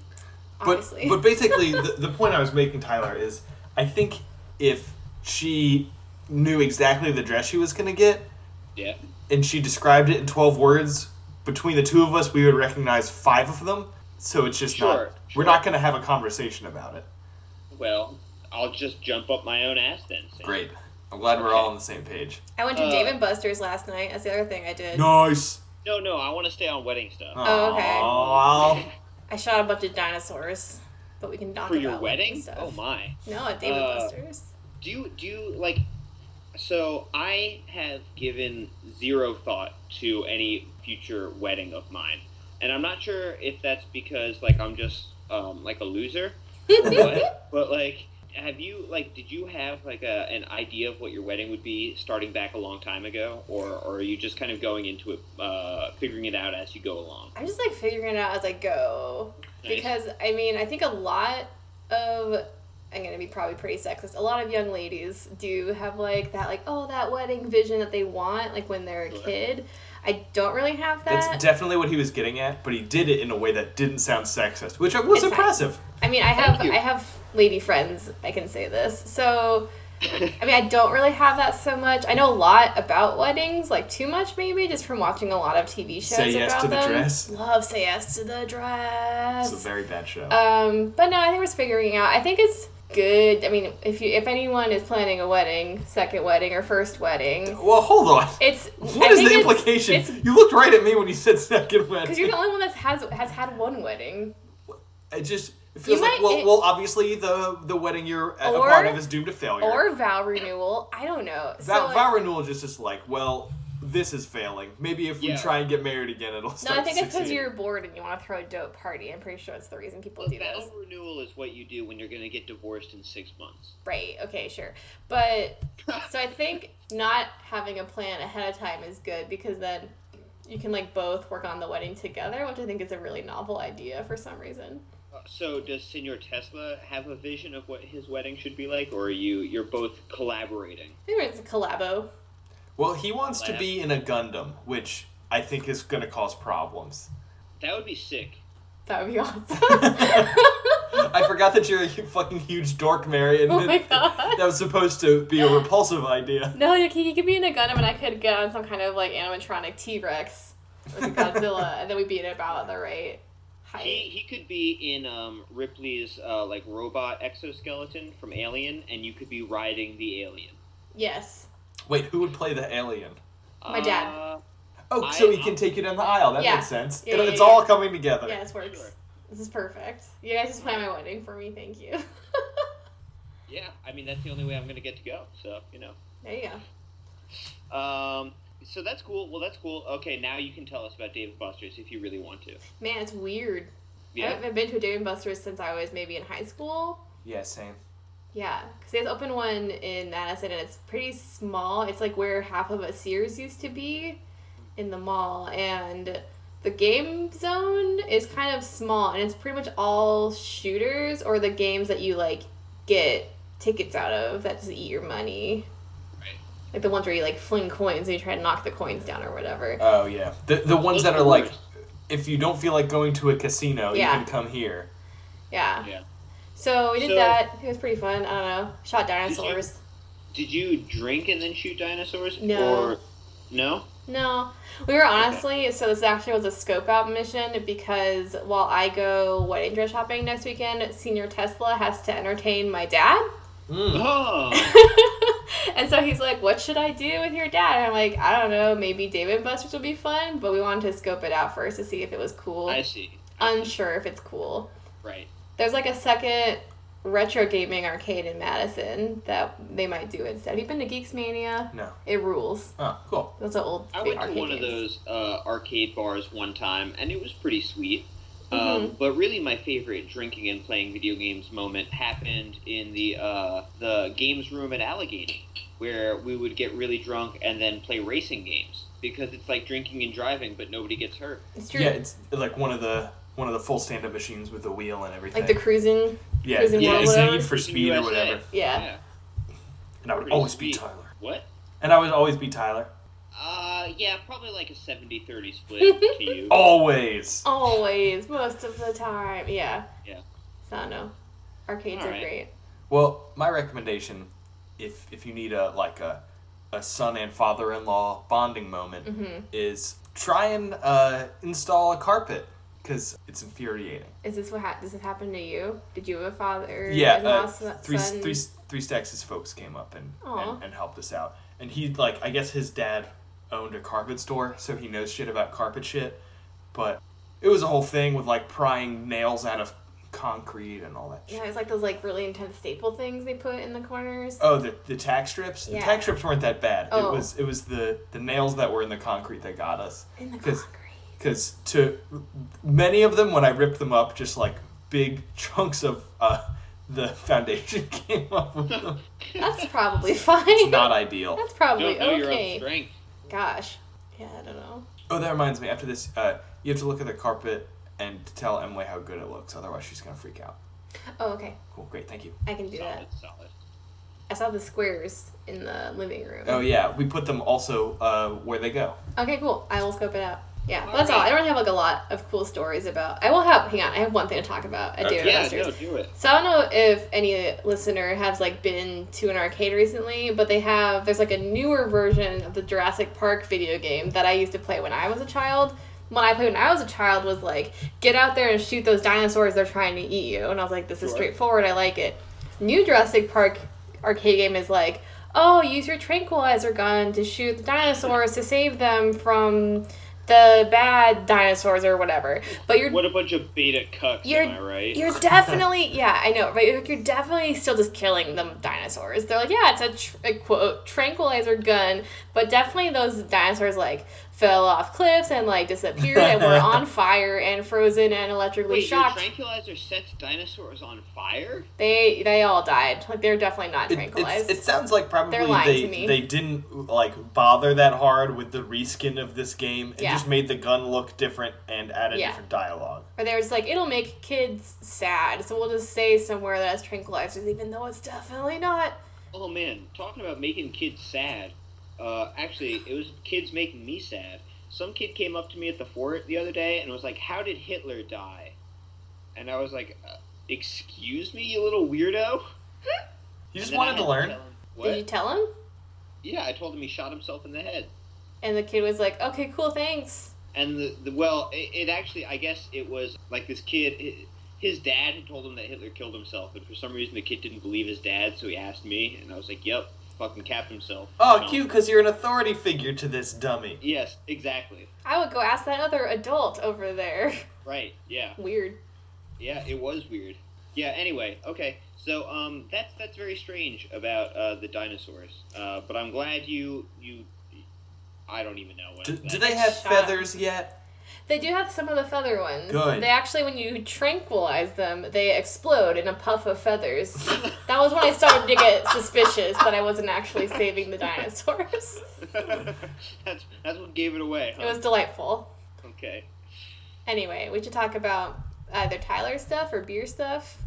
Speaker 1: but
Speaker 2: Obviously,
Speaker 1: but basically the, the point i was making tyler is i think if she knew exactly the dress she was going to get
Speaker 5: Yeah.
Speaker 1: and she described it in 12 words between the two of us we would recognize five of them so it's just not
Speaker 5: Sure,
Speaker 1: we're
Speaker 5: sure.
Speaker 1: not going to have a conversation about it
Speaker 5: Well, I'll just jump up my own ass then. Sam.
Speaker 1: i'm glad we're
Speaker 5: all
Speaker 1: on the same page
Speaker 2: *laughs* I went to
Speaker 5: uh,
Speaker 2: Dave and Buster's last night. That's the other thing I did.
Speaker 1: nice
Speaker 5: No, no, I want to stay on wedding stuff.
Speaker 2: Oh, okay.
Speaker 1: Aw.
Speaker 2: I shot a bunch of dinosaurs, but we can talk
Speaker 5: *laughs* for
Speaker 2: about
Speaker 5: your
Speaker 2: weapon
Speaker 5: wedding?
Speaker 2: Stuff.
Speaker 5: Oh my.
Speaker 2: No, at David
Speaker 5: Uh, *laughs*
Speaker 2: Buster's.
Speaker 5: Do you do you like? So I have given zero thought to any future wedding of mine, and I'm not sure if that's because like I'm just um, like
Speaker 2: *laughs*
Speaker 5: a loser, but, but like. Have you like? Did you have like a, an idea of what your wedding would be starting back a long time ago, or, or are you just kind of going into it, uh, figuring it out as you go along?
Speaker 2: I'm just like figuring it out as I go.
Speaker 5: Nice. *laughs*
Speaker 2: Because I mean, I think a lot of I'm gonna be probably pretty sexist. A lot of young ladies do have like that, like oh, that wedding vision that they want, like when they're a
Speaker 5: Sure.
Speaker 2: kid. I don't really have that.
Speaker 1: That's definitely what he was getting at, but he did it in a way that didn't sound sexist, which was
Speaker 2: It's fine.
Speaker 1: impressive.
Speaker 2: I mean, I have
Speaker 5: you.
Speaker 2: I have lady friends. I can say this. So, I mean, I don't really have that so much. I know a lot about weddings, like too much maybe, just from watching a lot of TV shows.
Speaker 1: Say Yes
Speaker 2: about
Speaker 1: to the
Speaker 2: them.
Speaker 1: Dress.
Speaker 2: Love say yes to the dress.
Speaker 1: It's a very bad show.
Speaker 2: Um, but no, I think we're just figuring out. I think it's good. I mean, if you if anyone is planning a wedding, second wedding or first wedding,
Speaker 1: well, hold on.
Speaker 2: it's
Speaker 1: What
Speaker 2: I
Speaker 1: is
Speaker 2: think
Speaker 1: the
Speaker 2: it's-
Speaker 1: implication?
Speaker 2: It's
Speaker 1: you looked right at me when you said second
Speaker 2: because
Speaker 1: wedding.
Speaker 2: you're the only one that has has had one wedding.
Speaker 1: It just it feels like
Speaker 2: might-
Speaker 1: well,
Speaker 2: it-
Speaker 1: well, obviously the the wedding you're a-
Speaker 2: Or-
Speaker 1: a part of is doomed to failure.
Speaker 2: Or vow renewal. I don't know. So,
Speaker 1: Oh, Vow,
Speaker 2: like-
Speaker 1: vow renewal just is like, well, this is failing. Maybe if we
Speaker 5: Yeah.
Speaker 1: try and get married again, it'll
Speaker 2: No,
Speaker 1: start
Speaker 2: I think
Speaker 1: to
Speaker 2: it's because
Speaker 1: succeed.
Speaker 2: you're bored and you want to throw a dope party. I'm pretty sure it's the reason people
Speaker 5: Well,
Speaker 2: do this.
Speaker 5: vow renewal is what you do when you're going to get divorced in six months.
Speaker 2: Right. Okay. Sure. But so I think not having a plan ahead of time is good because then you can like both work on the wedding together, which I think is a really novel idea for some reason.
Speaker 5: So does Senor Tesla have a vision of what his wedding should be like, or are you you're both collaborating?
Speaker 2: I think it's a collabo.
Speaker 1: Well, he wants to
Speaker 5: Lab.
Speaker 1: be in a Gundam, which I think is going to cause problems.
Speaker 5: That would be sick.
Speaker 2: That would be *laughs* awesome.
Speaker 1: I forgot that you're a hu- fucking huge dork, Mary, and
Speaker 2: *laughs* Oh my
Speaker 1: that,
Speaker 2: God.
Speaker 1: that was supposed to be a repulsive idea.
Speaker 2: no, you could, you could be in a Gundam and I could get on some kind of like animatronic T Rex with a Godzilla, and then we'd be at about the right
Speaker 5: He
Speaker 2: height.
Speaker 5: he could be in um, Ripley's uh, like robot exoskeleton from Alien, and you could be riding the alien.
Speaker 2: Yes.
Speaker 1: Wait, who would play the alien?
Speaker 2: My dad.
Speaker 5: Uh,
Speaker 1: Oh,
Speaker 5: I-
Speaker 1: so he can take you down the aisle. That
Speaker 2: Yeah.
Speaker 1: makes sense.
Speaker 2: Yeah,
Speaker 1: It-
Speaker 2: yeah,
Speaker 1: it's
Speaker 2: yeah.
Speaker 1: all coming together.
Speaker 2: Yeah, this works.
Speaker 5: Sure.
Speaker 2: This is perfect. You guys just plan my wedding for me. Thank you. *laughs*
Speaker 5: yeah, I mean that's the only way I'm gonna get to go. So you know.
Speaker 2: there you go.
Speaker 5: Um, so that's cool. Well, that's cool. Okay, now you can tell us about David Buster's if you really want to.
Speaker 2: Man, it's weird. I
Speaker 5: Yeah.
Speaker 2: haven't been to a Dave and Buster's since I was maybe in high school.
Speaker 1: Yeah, same.
Speaker 2: Yeah, because there's open one in Madison and it's pretty small. It's like where half of a Sears used to be in the mall. And the game zone is kind of small and it's pretty much all shooters or the games that you like get tickets out of that just eat your money.
Speaker 5: Right.
Speaker 2: Like the ones where you like fling coins and you try to knock the coins down or whatever.
Speaker 5: Uh,
Speaker 1: Oh yeah, the the ones that
Speaker 5: Those
Speaker 1: are
Speaker 5: are
Speaker 1: like,
Speaker 5: worse.
Speaker 1: if you don't feel like going to a casino,
Speaker 2: Yeah.
Speaker 1: you can come here.
Speaker 2: Yeah.
Speaker 5: Yeah.
Speaker 2: So we did
Speaker 5: So-
Speaker 2: that. It was pretty fun. I don't know. Shot dinosaurs.
Speaker 5: Did you drink and then shoot dinosaurs?
Speaker 2: No.
Speaker 5: Or
Speaker 2: *laughs*
Speaker 5: no?
Speaker 2: No, we were honestly so this actually was a scope out mission because while I go wedding dress shopping next weekend, Senior Tesla has to entertain my dad, *laughs*
Speaker 1: Mm.
Speaker 5: Oh,
Speaker 2: and so he's like, "What should I do with your dad?" And I'm like, "I don't know. Maybe David and Buster's would be fun, but we wanted to scope it out first to see if it was cool.
Speaker 5: I see.
Speaker 2: Unsure if it's cool.
Speaker 5: Right.
Speaker 2: There's like a second retro gaming arcade in Madison that they might do instead. Have you been to Geeks Mania?
Speaker 1: No.
Speaker 2: It rules.
Speaker 1: Oh, cool.
Speaker 2: Those are old.
Speaker 5: I
Speaker 2: big
Speaker 5: went to
Speaker 2: arcade
Speaker 5: one of
Speaker 2: games.
Speaker 5: those uh, arcade bars one time, and it was pretty sweet. Um,
Speaker 2: Mhm.
Speaker 5: but really, my favorite drinking and playing video games moment happened in the uh, the games room at Allegheny, where we would get really drunk and then play racing games because it's like drinking and driving, but nobody gets hurt.
Speaker 2: It's true.
Speaker 1: Yeah, it's like one of the one of the full stand up machines with the wheel and everything.
Speaker 2: like the cruising.
Speaker 1: yeah,
Speaker 2: Prison
Speaker 1: yeah,
Speaker 2: World,
Speaker 1: it's
Speaker 2: whatever.
Speaker 1: Need for Speed or
Speaker 5: USA.
Speaker 1: whatever.
Speaker 2: Yeah.
Speaker 1: And I would
Speaker 5: Pretty
Speaker 1: always be
Speaker 5: sweet.
Speaker 1: Tyler.
Speaker 5: What?
Speaker 1: And I would always be Tyler.
Speaker 5: Uh, yeah, probably like a
Speaker 2: *laughs*
Speaker 5: 70-30 split to you.
Speaker 1: Oh. Always.
Speaker 2: Always, most of the time. Yeah.
Speaker 5: Yeah.
Speaker 2: So no. Arcades are
Speaker 5: Alright.
Speaker 2: great.
Speaker 1: Well, my recommendation, if if you need a like a a son and father in law bonding moment,
Speaker 2: Mhm.
Speaker 1: is try and uh, install a carpet because it's infuriating.
Speaker 2: Is this what ha- does this happen to you? Did you have a father?
Speaker 1: yeah,
Speaker 2: in law,
Speaker 1: uh,
Speaker 2: son-
Speaker 1: three,
Speaker 2: son?
Speaker 1: three, three Stacks' folks came up and,
Speaker 2: Aw.
Speaker 1: and, and helped us out. And he, like, I guess his dad owned a carpet store, so he knows shit about carpet shit. But It was a whole thing with like prying nails out of concrete and all that.
Speaker 2: Yeah,
Speaker 1: shit.
Speaker 2: it was like those like really intense staple things they put in the corners.
Speaker 1: Oh, the the tack strips. The
Speaker 2: Yeah.
Speaker 1: tack strips weren't that bad.
Speaker 2: Oh.
Speaker 1: It was it was the the nails that were in the concrete that got us.
Speaker 2: in the
Speaker 1: Because
Speaker 2: concrete.
Speaker 1: because to many of them when I ripped them up, just like big *laughs* chunks of uh, the foundation *laughs* came off of them.
Speaker 2: *laughs* That's
Speaker 5: *laughs*
Speaker 2: probably fine.
Speaker 1: It's not ideal.
Speaker 2: *laughs* That's
Speaker 5: Don't
Speaker 2: probably
Speaker 5: know your own
Speaker 2: okay.
Speaker 5: strength.
Speaker 2: Gosh. Yeah, I don't know.
Speaker 1: Oh, that reminds me. After this, uh, you have to look at the carpet and tell Emily how good it looks. Otherwise, she's gonna freak out.
Speaker 2: Oh, okay.
Speaker 1: Cool, great, thank you.
Speaker 2: I can do that.
Speaker 5: Solid, solid.
Speaker 2: I saw the squares in the living room.
Speaker 1: Oh yeah, we put them also uh, where they go.
Speaker 2: Okay, cool. I will scope it out. Yeah,
Speaker 5: All
Speaker 2: that's all.
Speaker 5: right.
Speaker 2: I don't have like a lot of cool stories about. I will have. Hang on, I have one thing to talk about. I do.
Speaker 1: Okay.
Speaker 5: Yeah,
Speaker 2: Masters.
Speaker 5: no, do it.
Speaker 2: So I don't know if any listener has like been to an arcade recently, but they have there's like a newer version of the Jurassic Park video game that I used to play when I was a child. When I played when I was a child was like get out there and shoot those dinosaurs they're trying to eat you and I was like this is
Speaker 5: Sure.
Speaker 2: straightforward I like it. New Jurassic Park arcade game is like oh use your tranquilizer gun to shoot the dinosaurs to save them from the bad dinosaurs or whatever. But you're
Speaker 5: What a bunch of beta cucks,
Speaker 2: You're-
Speaker 5: am I
Speaker 1: *laughs*
Speaker 5: right?
Speaker 2: you're definitely, yeah, I know, right? Like, You're definitely still just killing them dinosaurs. They're like, yeah, it's a, tr- a quote tranquilizer gun, but definitely those dinosaurs like fell off cliffs and like disappeared and were
Speaker 1: *laughs*
Speaker 2: on fire and frozen and electrically
Speaker 5: Wait, your
Speaker 2: shocked.
Speaker 5: tranquilizer sets dinosaurs on fire?
Speaker 2: they they all died. Like they're definitely not
Speaker 1: It, it's-
Speaker 2: tranquilized.
Speaker 1: it sounds like probably
Speaker 2: They're lying
Speaker 1: they
Speaker 2: to me.
Speaker 1: they didn't like bother that hard with the reskin of this game and
Speaker 2: Yeah.
Speaker 1: just made the gun look different and added
Speaker 2: Yeah.
Speaker 1: different dialogue.
Speaker 2: or they're just like, it'll make kids sad, so we'll just say somewhere that it's tranquilizers, even though it's definitely not.
Speaker 5: Oh man, talking about making kids sad. Uh, actually, it was kids making me sad. Some kid came up to me at the fort the other day and was like, "How did Hitler die?" And I was like, uh, "Excuse me, you little weirdo."
Speaker 1: You
Speaker 5: And
Speaker 1: just
Speaker 5: then I
Speaker 1: wanted
Speaker 5: had
Speaker 1: to learn.
Speaker 5: tell him- What?
Speaker 2: Did you tell him?
Speaker 5: yeah, I told him he shot himself in the head.
Speaker 2: And the kid was like, okay, cool, thanks.
Speaker 5: And the, the well, it, it actually, I guess it was like this kid. i his dad had told him that Hitler killed himself, and for some reason the kid didn't believe his dad, so he asked me, and I was like, "Yep, fucking capped himself."
Speaker 1: Oh,
Speaker 5: Um,
Speaker 1: cute, because you're an authority figure to this dummy.
Speaker 5: Yes, exactly.
Speaker 2: I would go ask that other adult over there. *laughs*
Speaker 5: Right. Yeah.
Speaker 2: Weird.
Speaker 5: Yeah, it was weird. Yeah. Anyway, okay. So um, that's that's very strange about uh, the dinosaurs. Uh, but I'm glad you you. I don't even know what.
Speaker 1: Do,
Speaker 5: I'm
Speaker 1: do
Speaker 5: glad-
Speaker 1: they have
Speaker 2: Shut up.
Speaker 1: feathers yet?
Speaker 2: They do have some of the feather ones.
Speaker 1: Good.
Speaker 2: They actually, when you tranquilize them, they explode in a puff of feathers. that was when I started to get suspicious that I wasn't actually saving the dinosaurs.
Speaker 5: *laughs*
Speaker 2: *laughs*
Speaker 5: that's that's what gave it away.
Speaker 2: It
Speaker 5: Huh?
Speaker 2: was delightful.
Speaker 5: okay.
Speaker 2: Anyway, we should talk about either Tyler stuff or beer stuff.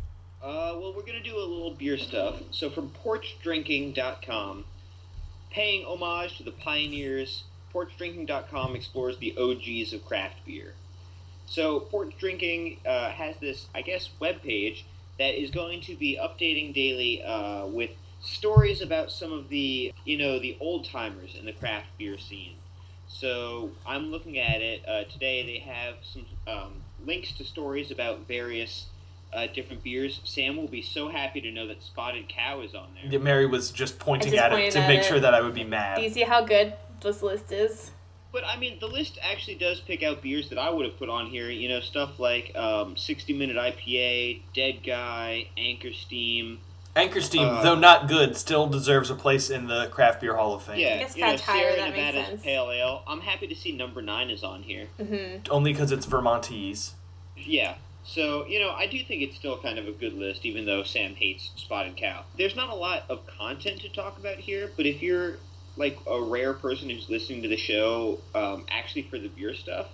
Speaker 5: Uh, well, we're gonna do a little beer stuff. So from porchdrinking.com, paying homage to the pioneers, porchdrinking.com explores the OGs of craft beer. So Porch Drinking uh, has this, I guess, webpage that is going to be updating daily uh, with stories about some of the, you know, the old timers in the craft beer scene. So I'm looking at it uh, today. They have some um, links to stories about various uh, different beers. Sam will be so happy to know that Spotted Cow is on there.
Speaker 1: Yeah, Mary was just pointing
Speaker 2: just
Speaker 1: at it
Speaker 2: pointed
Speaker 1: to
Speaker 2: at
Speaker 1: make
Speaker 2: it.
Speaker 1: sure that I would be
Speaker 2: Do you
Speaker 1: mad.
Speaker 2: see how good this list is?
Speaker 5: But I mean, the list actually does pick out beers that I would have put on here. You know, stuff like um, 60 Minute IPA, Dead Guy, Anchor Steam.
Speaker 1: Anchor Steam,
Speaker 5: Uh,
Speaker 1: though not good, still deserves a place in the Craft Beer Hall of Fame.
Speaker 5: Yeah,
Speaker 2: guess
Speaker 5: you know,
Speaker 2: Fat Tire,
Speaker 5: Sierra
Speaker 2: that makes
Speaker 5: Nevada's
Speaker 2: sense.
Speaker 5: Pale Ale. I'm happy to see number nine is on here.
Speaker 2: hmm
Speaker 1: Only because it's Vermontese.
Speaker 5: Yeah. So, you know, I do think it's still kind of a good list, even though Sam hates Spotted Cow. There's not a lot of content to talk about here, but if you're like a rare person who's listening to the show um, actually for the beer stuff,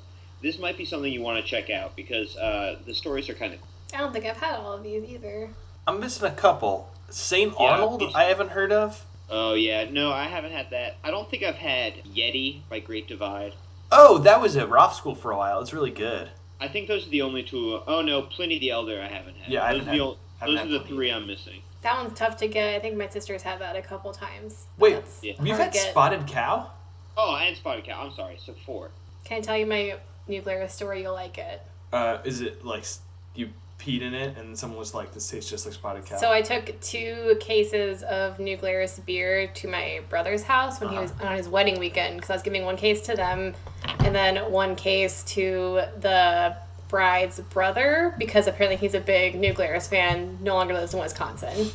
Speaker 5: this might be something you want to check out because uh, the stories are kind of.
Speaker 2: I don't think I've had all of these either.
Speaker 1: I'm missing a couple. St.
Speaker 5: Yeah,
Speaker 1: Arnold,
Speaker 5: it's-
Speaker 1: I haven't heard of.
Speaker 5: Oh, yeah. No, I haven't had that. I don't think I've had Yeti by Great Divide.
Speaker 1: Oh, that was at Roth School for a while. It's really good.
Speaker 5: I think those are the only two. Oh, no, Pliny the Elder I haven't had.
Speaker 1: Yeah, I
Speaker 5: those
Speaker 1: haven't
Speaker 5: are the,
Speaker 1: had-
Speaker 5: ol-
Speaker 1: haven't
Speaker 5: those
Speaker 1: had
Speaker 5: are the
Speaker 1: Pliny.
Speaker 5: three I'm missing.
Speaker 2: That one's tough to get. I think my sister's had that a couple times.
Speaker 1: Wait,
Speaker 2: That's
Speaker 5: Yeah.
Speaker 1: We've
Speaker 2: hard to
Speaker 1: had
Speaker 2: get.
Speaker 1: Spotted Cow?
Speaker 5: Oh, and Spotted Cow. I'm sorry. So four.
Speaker 2: Can I tell you my nuclear story? You'll like it.
Speaker 1: Uh, is it like s- you peed in it and someone was like, this tastes just like Spotted Cow?
Speaker 2: So I took two cases of New Glarus beer to my brother's house when he was on his wedding weekend because I was giving one case to them and then one case to the bride's brother because apparently he's a big Nuclearis fan, no longer lives in Wisconsin.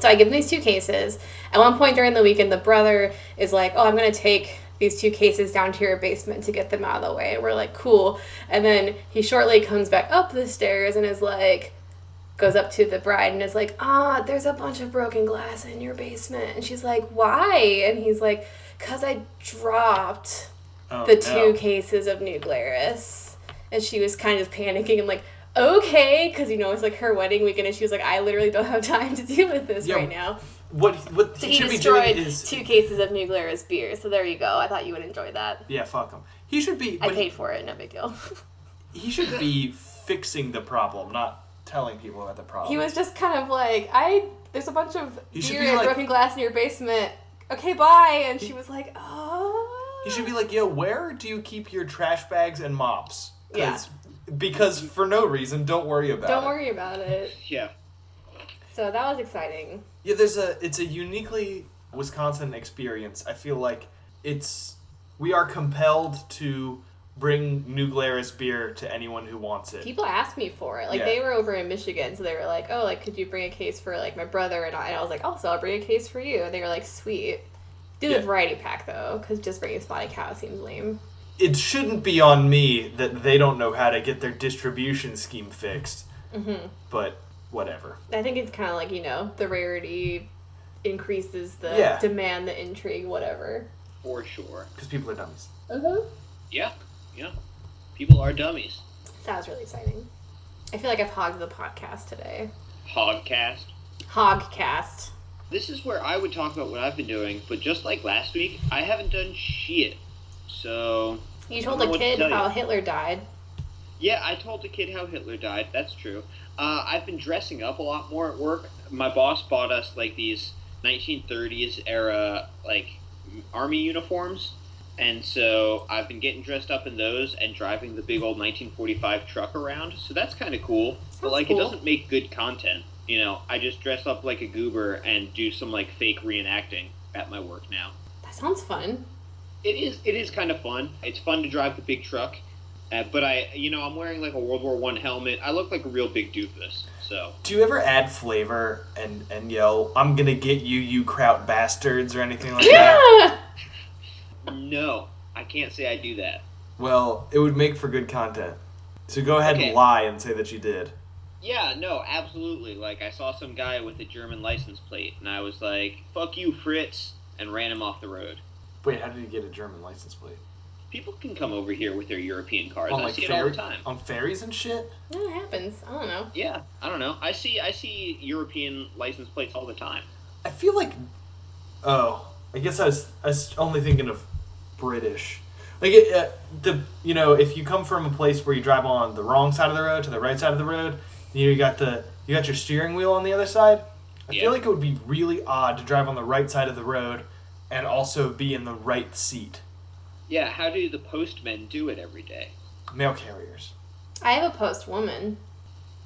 Speaker 2: So I give him these two cases. At one point during the weekend, the brother is like, "Oh, I'm gonna take these two cases down to your basement to get them out of the way." And we're like, "Cool." And then he shortly comes back up the stairs and is like, goes up to the bride and is like, "Ah, there's a bunch of broken glass in your basement." And she's like, "Why?" And he's like, "Cause I dropped
Speaker 1: Oh,
Speaker 2: the
Speaker 1: no.
Speaker 2: two cases of New Glarus. And she was kind of panicking and like, okay, because you know it's like her wedding weekend, and she was like, I literally don't have *laughs* time to deal with this
Speaker 1: Yeah.
Speaker 2: right now.
Speaker 1: What what
Speaker 2: So
Speaker 1: they
Speaker 2: he
Speaker 1: should be doing
Speaker 2: destroyed
Speaker 1: is
Speaker 2: two cases of New Glarus beer. So there you go. I thought you would enjoy that.
Speaker 1: yeah, fuck him. He should be
Speaker 2: I
Speaker 1: but
Speaker 2: paid for it. No big deal. *laughs*
Speaker 1: he should be fixing the problem, not telling people about the problem.
Speaker 2: he was just kind of like, I there's a bunch of
Speaker 1: He should
Speaker 2: beer
Speaker 1: be
Speaker 2: and
Speaker 1: like-
Speaker 2: broken glass in your basement. Okay, bye. And she was like, oh.
Speaker 1: He should be like, yo, where do you keep your trash bags and mops? 'Cause- Because for no reason, don't worry about
Speaker 2: Don't
Speaker 1: it.
Speaker 2: worry about it.
Speaker 5: Yeah.
Speaker 2: So that was exciting.
Speaker 1: Yeah, there's a it's a uniquely Wisconsin experience. I feel like it's we are compelled to bring New Glarus beer to anyone who wants it.
Speaker 2: people asked me for it. Like
Speaker 1: Yeah.
Speaker 2: they were over in Michigan, so they were like, "Oh, like could you bring a case for like my brother?" And I, and I was like, "Oh, so I'll bring a case for you." And they were like, "Sweet." Do
Speaker 1: Yeah.
Speaker 2: the variety pack though, because just bringing spotted cow seems lame.
Speaker 1: It shouldn't be on me that they don't know how to get their distribution scheme fixed. But whatever.
Speaker 2: Mm-hmm. I think it's kind of like you know the rarity increases the
Speaker 1: Yeah.
Speaker 2: demand, the intrigue, whatever.
Speaker 5: For sure.
Speaker 1: Because people are dummies.
Speaker 2: Uh-huh.
Speaker 5: Yeah. Yeah. People are dummies.
Speaker 2: That was really exciting. I feel like I've hogged the podcast today.
Speaker 5: Hogcast.
Speaker 2: Hogcast.
Speaker 5: This is where I would talk about what I've been doing, but just like last week, I haven't done shit. So
Speaker 2: You told
Speaker 5: I don't know
Speaker 2: a
Speaker 5: what to
Speaker 2: kid
Speaker 5: tell you.
Speaker 2: how Hitler died.
Speaker 5: Yeah, I told the kid how Hitler died. That's true. Uh, I've been dressing up a lot more at work. My boss bought us like these 1930s era like m- army uniforms, and so I've been getting dressed up in those and driving the big old 1945 truck around. So that's kind of cool. but
Speaker 2: Sounds
Speaker 5: like,
Speaker 2: cool.
Speaker 5: it doesn't make good content. You know, I just dress up like a goober and do some like fake reenacting at my work now.
Speaker 2: That sounds fun.
Speaker 5: It is. It is kind of fun. It's fun to drive the big truck, uh, but I, you know, I'm wearing like a World War One helmet. I look like a real big doofus. So
Speaker 1: Do you ever add flavor and, and yell, I'm gonna get you, you kraut bastards, or anything like that?
Speaker 2: *laughs*
Speaker 5: no, I can't say I do that.
Speaker 1: Well, it would make for good content. So go ahead
Speaker 5: Okay.
Speaker 1: and lie and say that you did.
Speaker 5: Yeah, no, absolutely. Like I saw some guy with a German license plate, and I was like, "Fuck you, Fritz," and ran him off the road.
Speaker 1: Wait, how did you get a German license plate?
Speaker 5: People can come over here with their European cars.
Speaker 1: Oh,
Speaker 5: I see it all
Speaker 1: ferry-
Speaker 5: the time.
Speaker 1: on ferries and shit?
Speaker 2: Yeah, it happens. I don't know.
Speaker 5: Yeah, I don't know. I see. I see European license plates all the time.
Speaker 1: I feel like. Oh, I guess I was, I was only thinking of British. Like it, uh, the you know if you come from a place where you drive on the wrong side of the road to the right side of the road, you got the you got your steering wheel on the other side. I
Speaker 5: Yeah.
Speaker 1: feel like it would be really odd to drive on the right side of the road and also be in the right seat.
Speaker 5: Yeah, how do the postmen do it every day?
Speaker 1: Mail carriers.
Speaker 2: I have a post woman.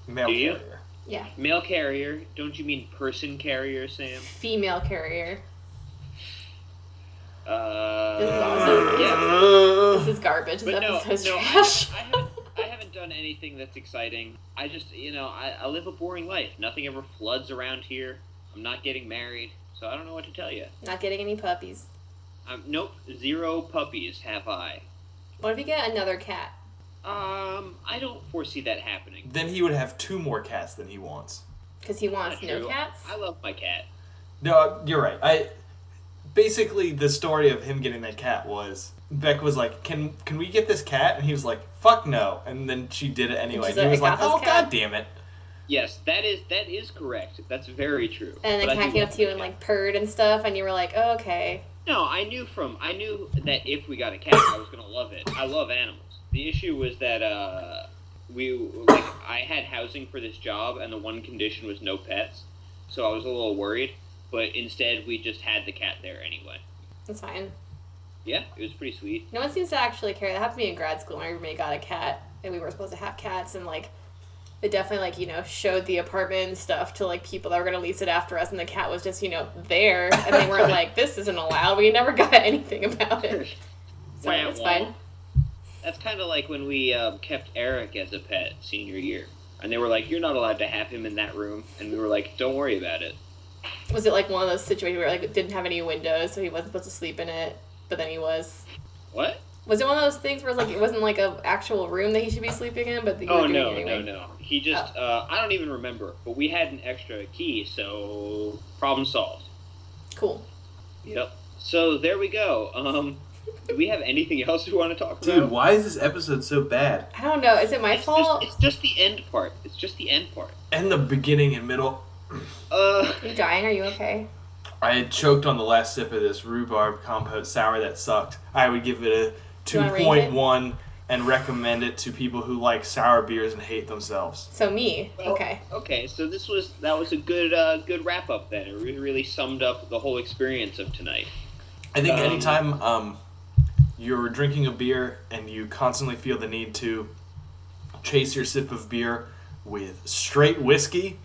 Speaker 1: Mail
Speaker 5: Do you?
Speaker 1: carrier.
Speaker 2: Yeah.
Speaker 5: Mail carrier? Don't you mean person carrier, Sam?
Speaker 2: Female carrier. This is
Speaker 5: Uh,
Speaker 2: also *laughs*
Speaker 5: yeah.
Speaker 2: this is garbage. This
Speaker 5: But no,
Speaker 2: episode's
Speaker 5: no, I,
Speaker 2: trash. *laughs*
Speaker 5: haven't- I haven't, I haven't done anything that's exciting. I just, you know, I, I live a boring life. Nothing ever floods around here. I'm not getting married, so I don't know what to tell you.
Speaker 2: Not getting any puppies.
Speaker 5: Um, nope, zero puppies have I.
Speaker 2: What if you get another cat?
Speaker 5: Um, I don't foresee that happening.
Speaker 1: Then he would have two more cats than he wants.
Speaker 2: Because he wants
Speaker 5: Not
Speaker 2: no
Speaker 5: true.
Speaker 2: Uh, cats.
Speaker 5: I love my cat.
Speaker 1: No, I- you're right. I basically the story of him getting that cat was Beck was like, "Can can we get this cat?" And he was like, "Fuck no!" And then she did it anyway.
Speaker 2: she's
Speaker 1: And he was
Speaker 2: like, "I
Speaker 1: like,
Speaker 2: got
Speaker 1: "Oh
Speaker 2: this cat."
Speaker 1: god damn it!"
Speaker 5: Yes, that is that is correct. That's very true.
Speaker 2: and the
Speaker 5: But I
Speaker 2: cat
Speaker 5: do
Speaker 2: came up
Speaker 5: love
Speaker 2: to you
Speaker 5: my
Speaker 2: and
Speaker 5: cat.
Speaker 2: like purred and stuff, and you were like, oh, okay.
Speaker 5: No, I knew from I knew that if we got a cat, I was gonna love it. I love animals. The issue was that uh, we like I had housing for this job, and the one condition was no pets. So I was a little worried, but instead we just had the cat there anyway.
Speaker 2: That's fine.
Speaker 5: Yeah, it was pretty
Speaker 2: *laughs*
Speaker 5: sweet.
Speaker 2: No one seems to actually care. That happened to me in grad school. My roommate got a cat, and we were supposed to have cats, and like, it definitely like you know showed the apartment and stuff to like people that were gonna lease it after us, and the cat was just you know there, and they *laughs* weren't like, this isn't allowed. We never got anything about it. So
Speaker 5: Wah,
Speaker 2: it's
Speaker 5: wah.
Speaker 2: fine.
Speaker 5: That's kind of like when we um, kept Eric as a pet senior year, and they were like, "You're not allowed to have him in that room," and we were like, "Don't worry about it."
Speaker 2: Was it like one of those situations where like it didn't have any windows, so he wasn't supposed to sleep in it, but then he was?
Speaker 5: What?
Speaker 2: Was it one of those things where it's like it wasn't like a actual room that he should be sleeping in, but he
Speaker 5: Oh
Speaker 2: was doing
Speaker 5: no,
Speaker 2: it
Speaker 5: no,
Speaker 2: anyway? Oh.
Speaker 5: no. He just uh, I don't even remember, but we had an extra key, so problem solved.
Speaker 2: Cool.
Speaker 5: Yep. So there we go. Um, do we have anything else we want to talk about?
Speaker 1: Dude, why is this episode so bad?
Speaker 2: I don't know. Is it my
Speaker 5: It's
Speaker 2: fault?
Speaker 5: *laughs* just, it's just the end part. It's just the end part.
Speaker 1: And the beginning and middle.
Speaker 5: Uh,
Speaker 2: Are you dying? Are you okay?
Speaker 1: I had choked on the last sip of this rhubarb compote sour that sucked. I would give it a
Speaker 2: You wanna rate it?
Speaker 1: 2.1 and recommend it to people who like sour beers and hate themselves.
Speaker 2: So me.
Speaker 5: well,
Speaker 2: okay. *laughs*
Speaker 5: Okay. So this was that was a good uh, good wrap up. Then it really, really summed up the whole experience of tonight.
Speaker 1: I think
Speaker 5: Um,
Speaker 1: anytime um, you're drinking a beer and you constantly feel the need to chase your sip of beer with straight whiskey,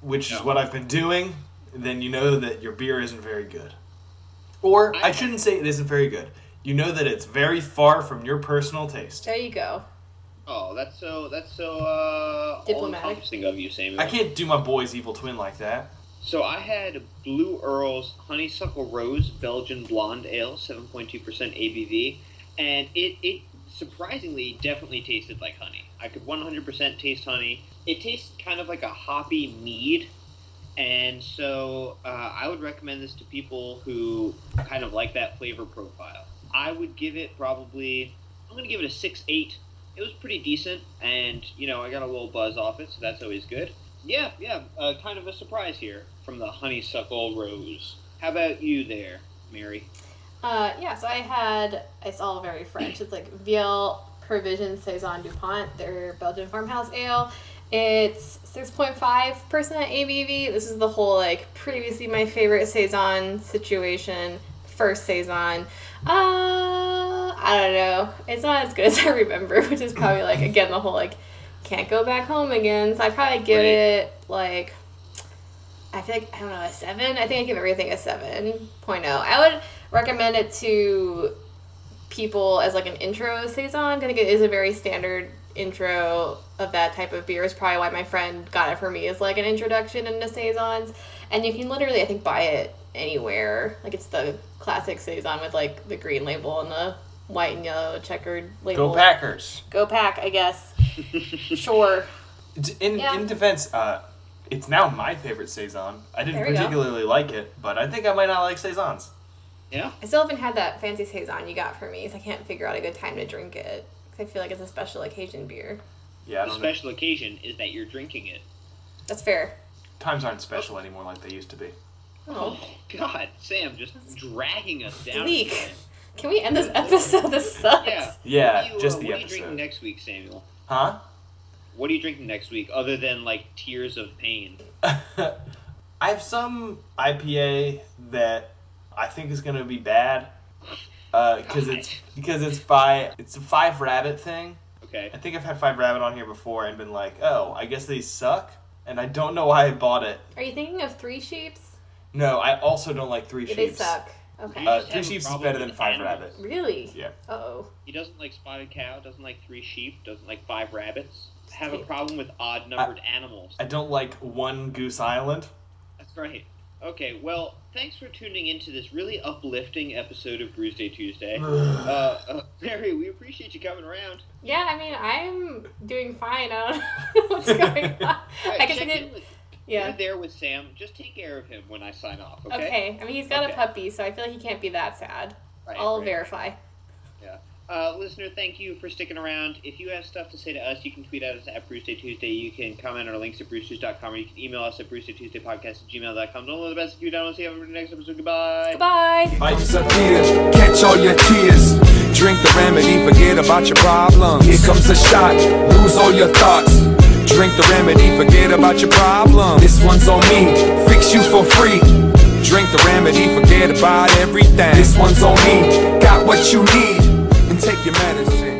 Speaker 1: which is
Speaker 5: Yeah.
Speaker 1: what I've been doing, then you know that your beer isn't very good. Or I,
Speaker 5: I-
Speaker 1: shouldn't say it isn't very good. You know that it's very far from your personal taste.
Speaker 2: There you go.
Speaker 5: Oh, that's so that's so uh,
Speaker 2: Diplomatic.
Speaker 5: all-encompassing of you, Samuel.
Speaker 1: I can't do my boy's evil twin like that.
Speaker 5: So I had Blue Earl's Honeysuckle Rose Belgian Blonde Ale, 7.2% ABV, and it, it surprisingly definitely tasted like honey. I could 100% taste honey. It tastes kind of like a hoppy mead, and so uh, I would recommend this to people who kind of like that flavor profile. I would give it probably, I'm going to give it a 6 8. It was pretty decent, and, you know, I got a little buzz off it, so that's always good. Yeah, yeah, uh, kind of a surprise here from the honeysuckle rose. How about you there, Mary?
Speaker 2: Uh, yeah, so I had, it's all very French. It's like Viel Provision Saison DuPont, their Belgian farmhouse ale. It's 6.5% ABV. This is the whole, like, previously my favorite Saison situation, first Saison. Uh, I don't know. It's not as good *laughs* as I remember, which is probably, like, again, the whole, like, can't go back home again. So I probably give
Speaker 5: Right.
Speaker 2: it, like, I feel like I don't know a seven. I think I give everything a seven oh. I would recommend it to people as like an intro saison. I think it is a very standard intro of that type of beer. Is probably why my friend got it for me as like an introduction into saisons. And you can literally I think buy it anywhere. Like it's the classic saison with like the green label and the white and yellow checkered label.
Speaker 1: Go Packers!
Speaker 2: Go pack, I guess. sure.
Speaker 1: D- In
Speaker 2: Yeah.
Speaker 1: in defense, uh, it's now my favorite saison. I didn't
Speaker 2: There we go.
Speaker 1: particularly like it, but I think I might not like saisons.
Speaker 5: Yeah,
Speaker 2: I still haven't had that fancy saison you got for me, so I can't figure out a good time to drink it. 'Cause I feel like it's a special occasion beer.
Speaker 1: Yeah, I
Speaker 5: the
Speaker 1: don't know.
Speaker 5: special occasion is that you're drinking it.
Speaker 2: That's fair.
Speaker 1: Times aren't special anymore like they used to be.
Speaker 2: Oh,
Speaker 5: God, Sam, just dragging us down.
Speaker 2: bleak.
Speaker 5: again.
Speaker 2: can we end this *laughs* episode? This sucks.
Speaker 5: Yeah.
Speaker 1: Yeah,
Speaker 5: What do you,
Speaker 1: just
Speaker 5: uh,
Speaker 1: the
Speaker 5: what are you drinking
Speaker 1: episode.
Speaker 5: next week, Samuel?
Speaker 1: huh? *laughs*
Speaker 5: What are you drinking next week, other than like tears of pain?
Speaker 1: I have some IPA that I think is gonna be bad because it's
Speaker 5: *laughs*
Speaker 1: because it's by it's a Five Rabbit thing.
Speaker 5: Okay.
Speaker 1: I think I've had Five Rabbit on here before and been like, oh, I guess they suck, and I don't know why I bought it.
Speaker 2: Are you thinking of Three Sheeps?
Speaker 1: No, I also don't like Three
Speaker 2: Yeah, They
Speaker 1: Sheeps.
Speaker 2: suck. Okay.
Speaker 5: You
Speaker 1: Uh,
Speaker 5: just
Speaker 1: three
Speaker 5: have a
Speaker 1: Sheeps is
Speaker 5: problem
Speaker 1: better than
Speaker 5: with
Speaker 1: Five
Speaker 5: animals.
Speaker 1: Rabbit.
Speaker 2: really?
Speaker 1: Yeah.
Speaker 2: Uh oh.
Speaker 5: He doesn't like spotted cow. Doesn't like three sheep. Doesn't like five rabbits. Have a
Speaker 2: Sweet.
Speaker 5: problem with odd numbered animals.
Speaker 1: I don't like One Goose Island.
Speaker 5: That's right. Okay, well, thanks for tuning into this really uplifting episode of Bruise Day Tuesday.
Speaker 1: Mm.
Speaker 5: uh, uh, Mary, we appreciate you coming around.
Speaker 2: Yeah, I mean, I'm doing fine. I don't *laughs* know what's going on.
Speaker 5: *laughs* All
Speaker 2: I guess I
Speaker 5: check
Speaker 2: did.
Speaker 5: in with-
Speaker 2: Yeah.
Speaker 5: You're there with Sam. Just take care of him when I sign off, okay?
Speaker 2: Okay. I mean, he's got
Speaker 5: Okay.
Speaker 2: a puppy, so I feel like he can't be that sad.
Speaker 5: Right,
Speaker 2: I'll
Speaker 5: right.
Speaker 2: verify.
Speaker 5: Uh, listener, thank you for sticking around. If you have stuff to say to us, you can tweet at us at Bruce Day Tuesday. You can comment on our links at BruceTuesday.com or you can email us at Bruce Day Tuesday Podcast at gmail.com. Don't let the best of you down. We'll see you in the next episode. Goodbye.
Speaker 2: Bye.
Speaker 1: Bye.
Speaker 7: comes a beer, catch all your tears. Drink the remedy, forget about your problems. Here comes a shot, lose all your thoughts. Drink the remedy, forget about your problems. This one's on me, fix you for free. Drink the remedy, forget about everything. This one's on me, got what you need, and take your medicine.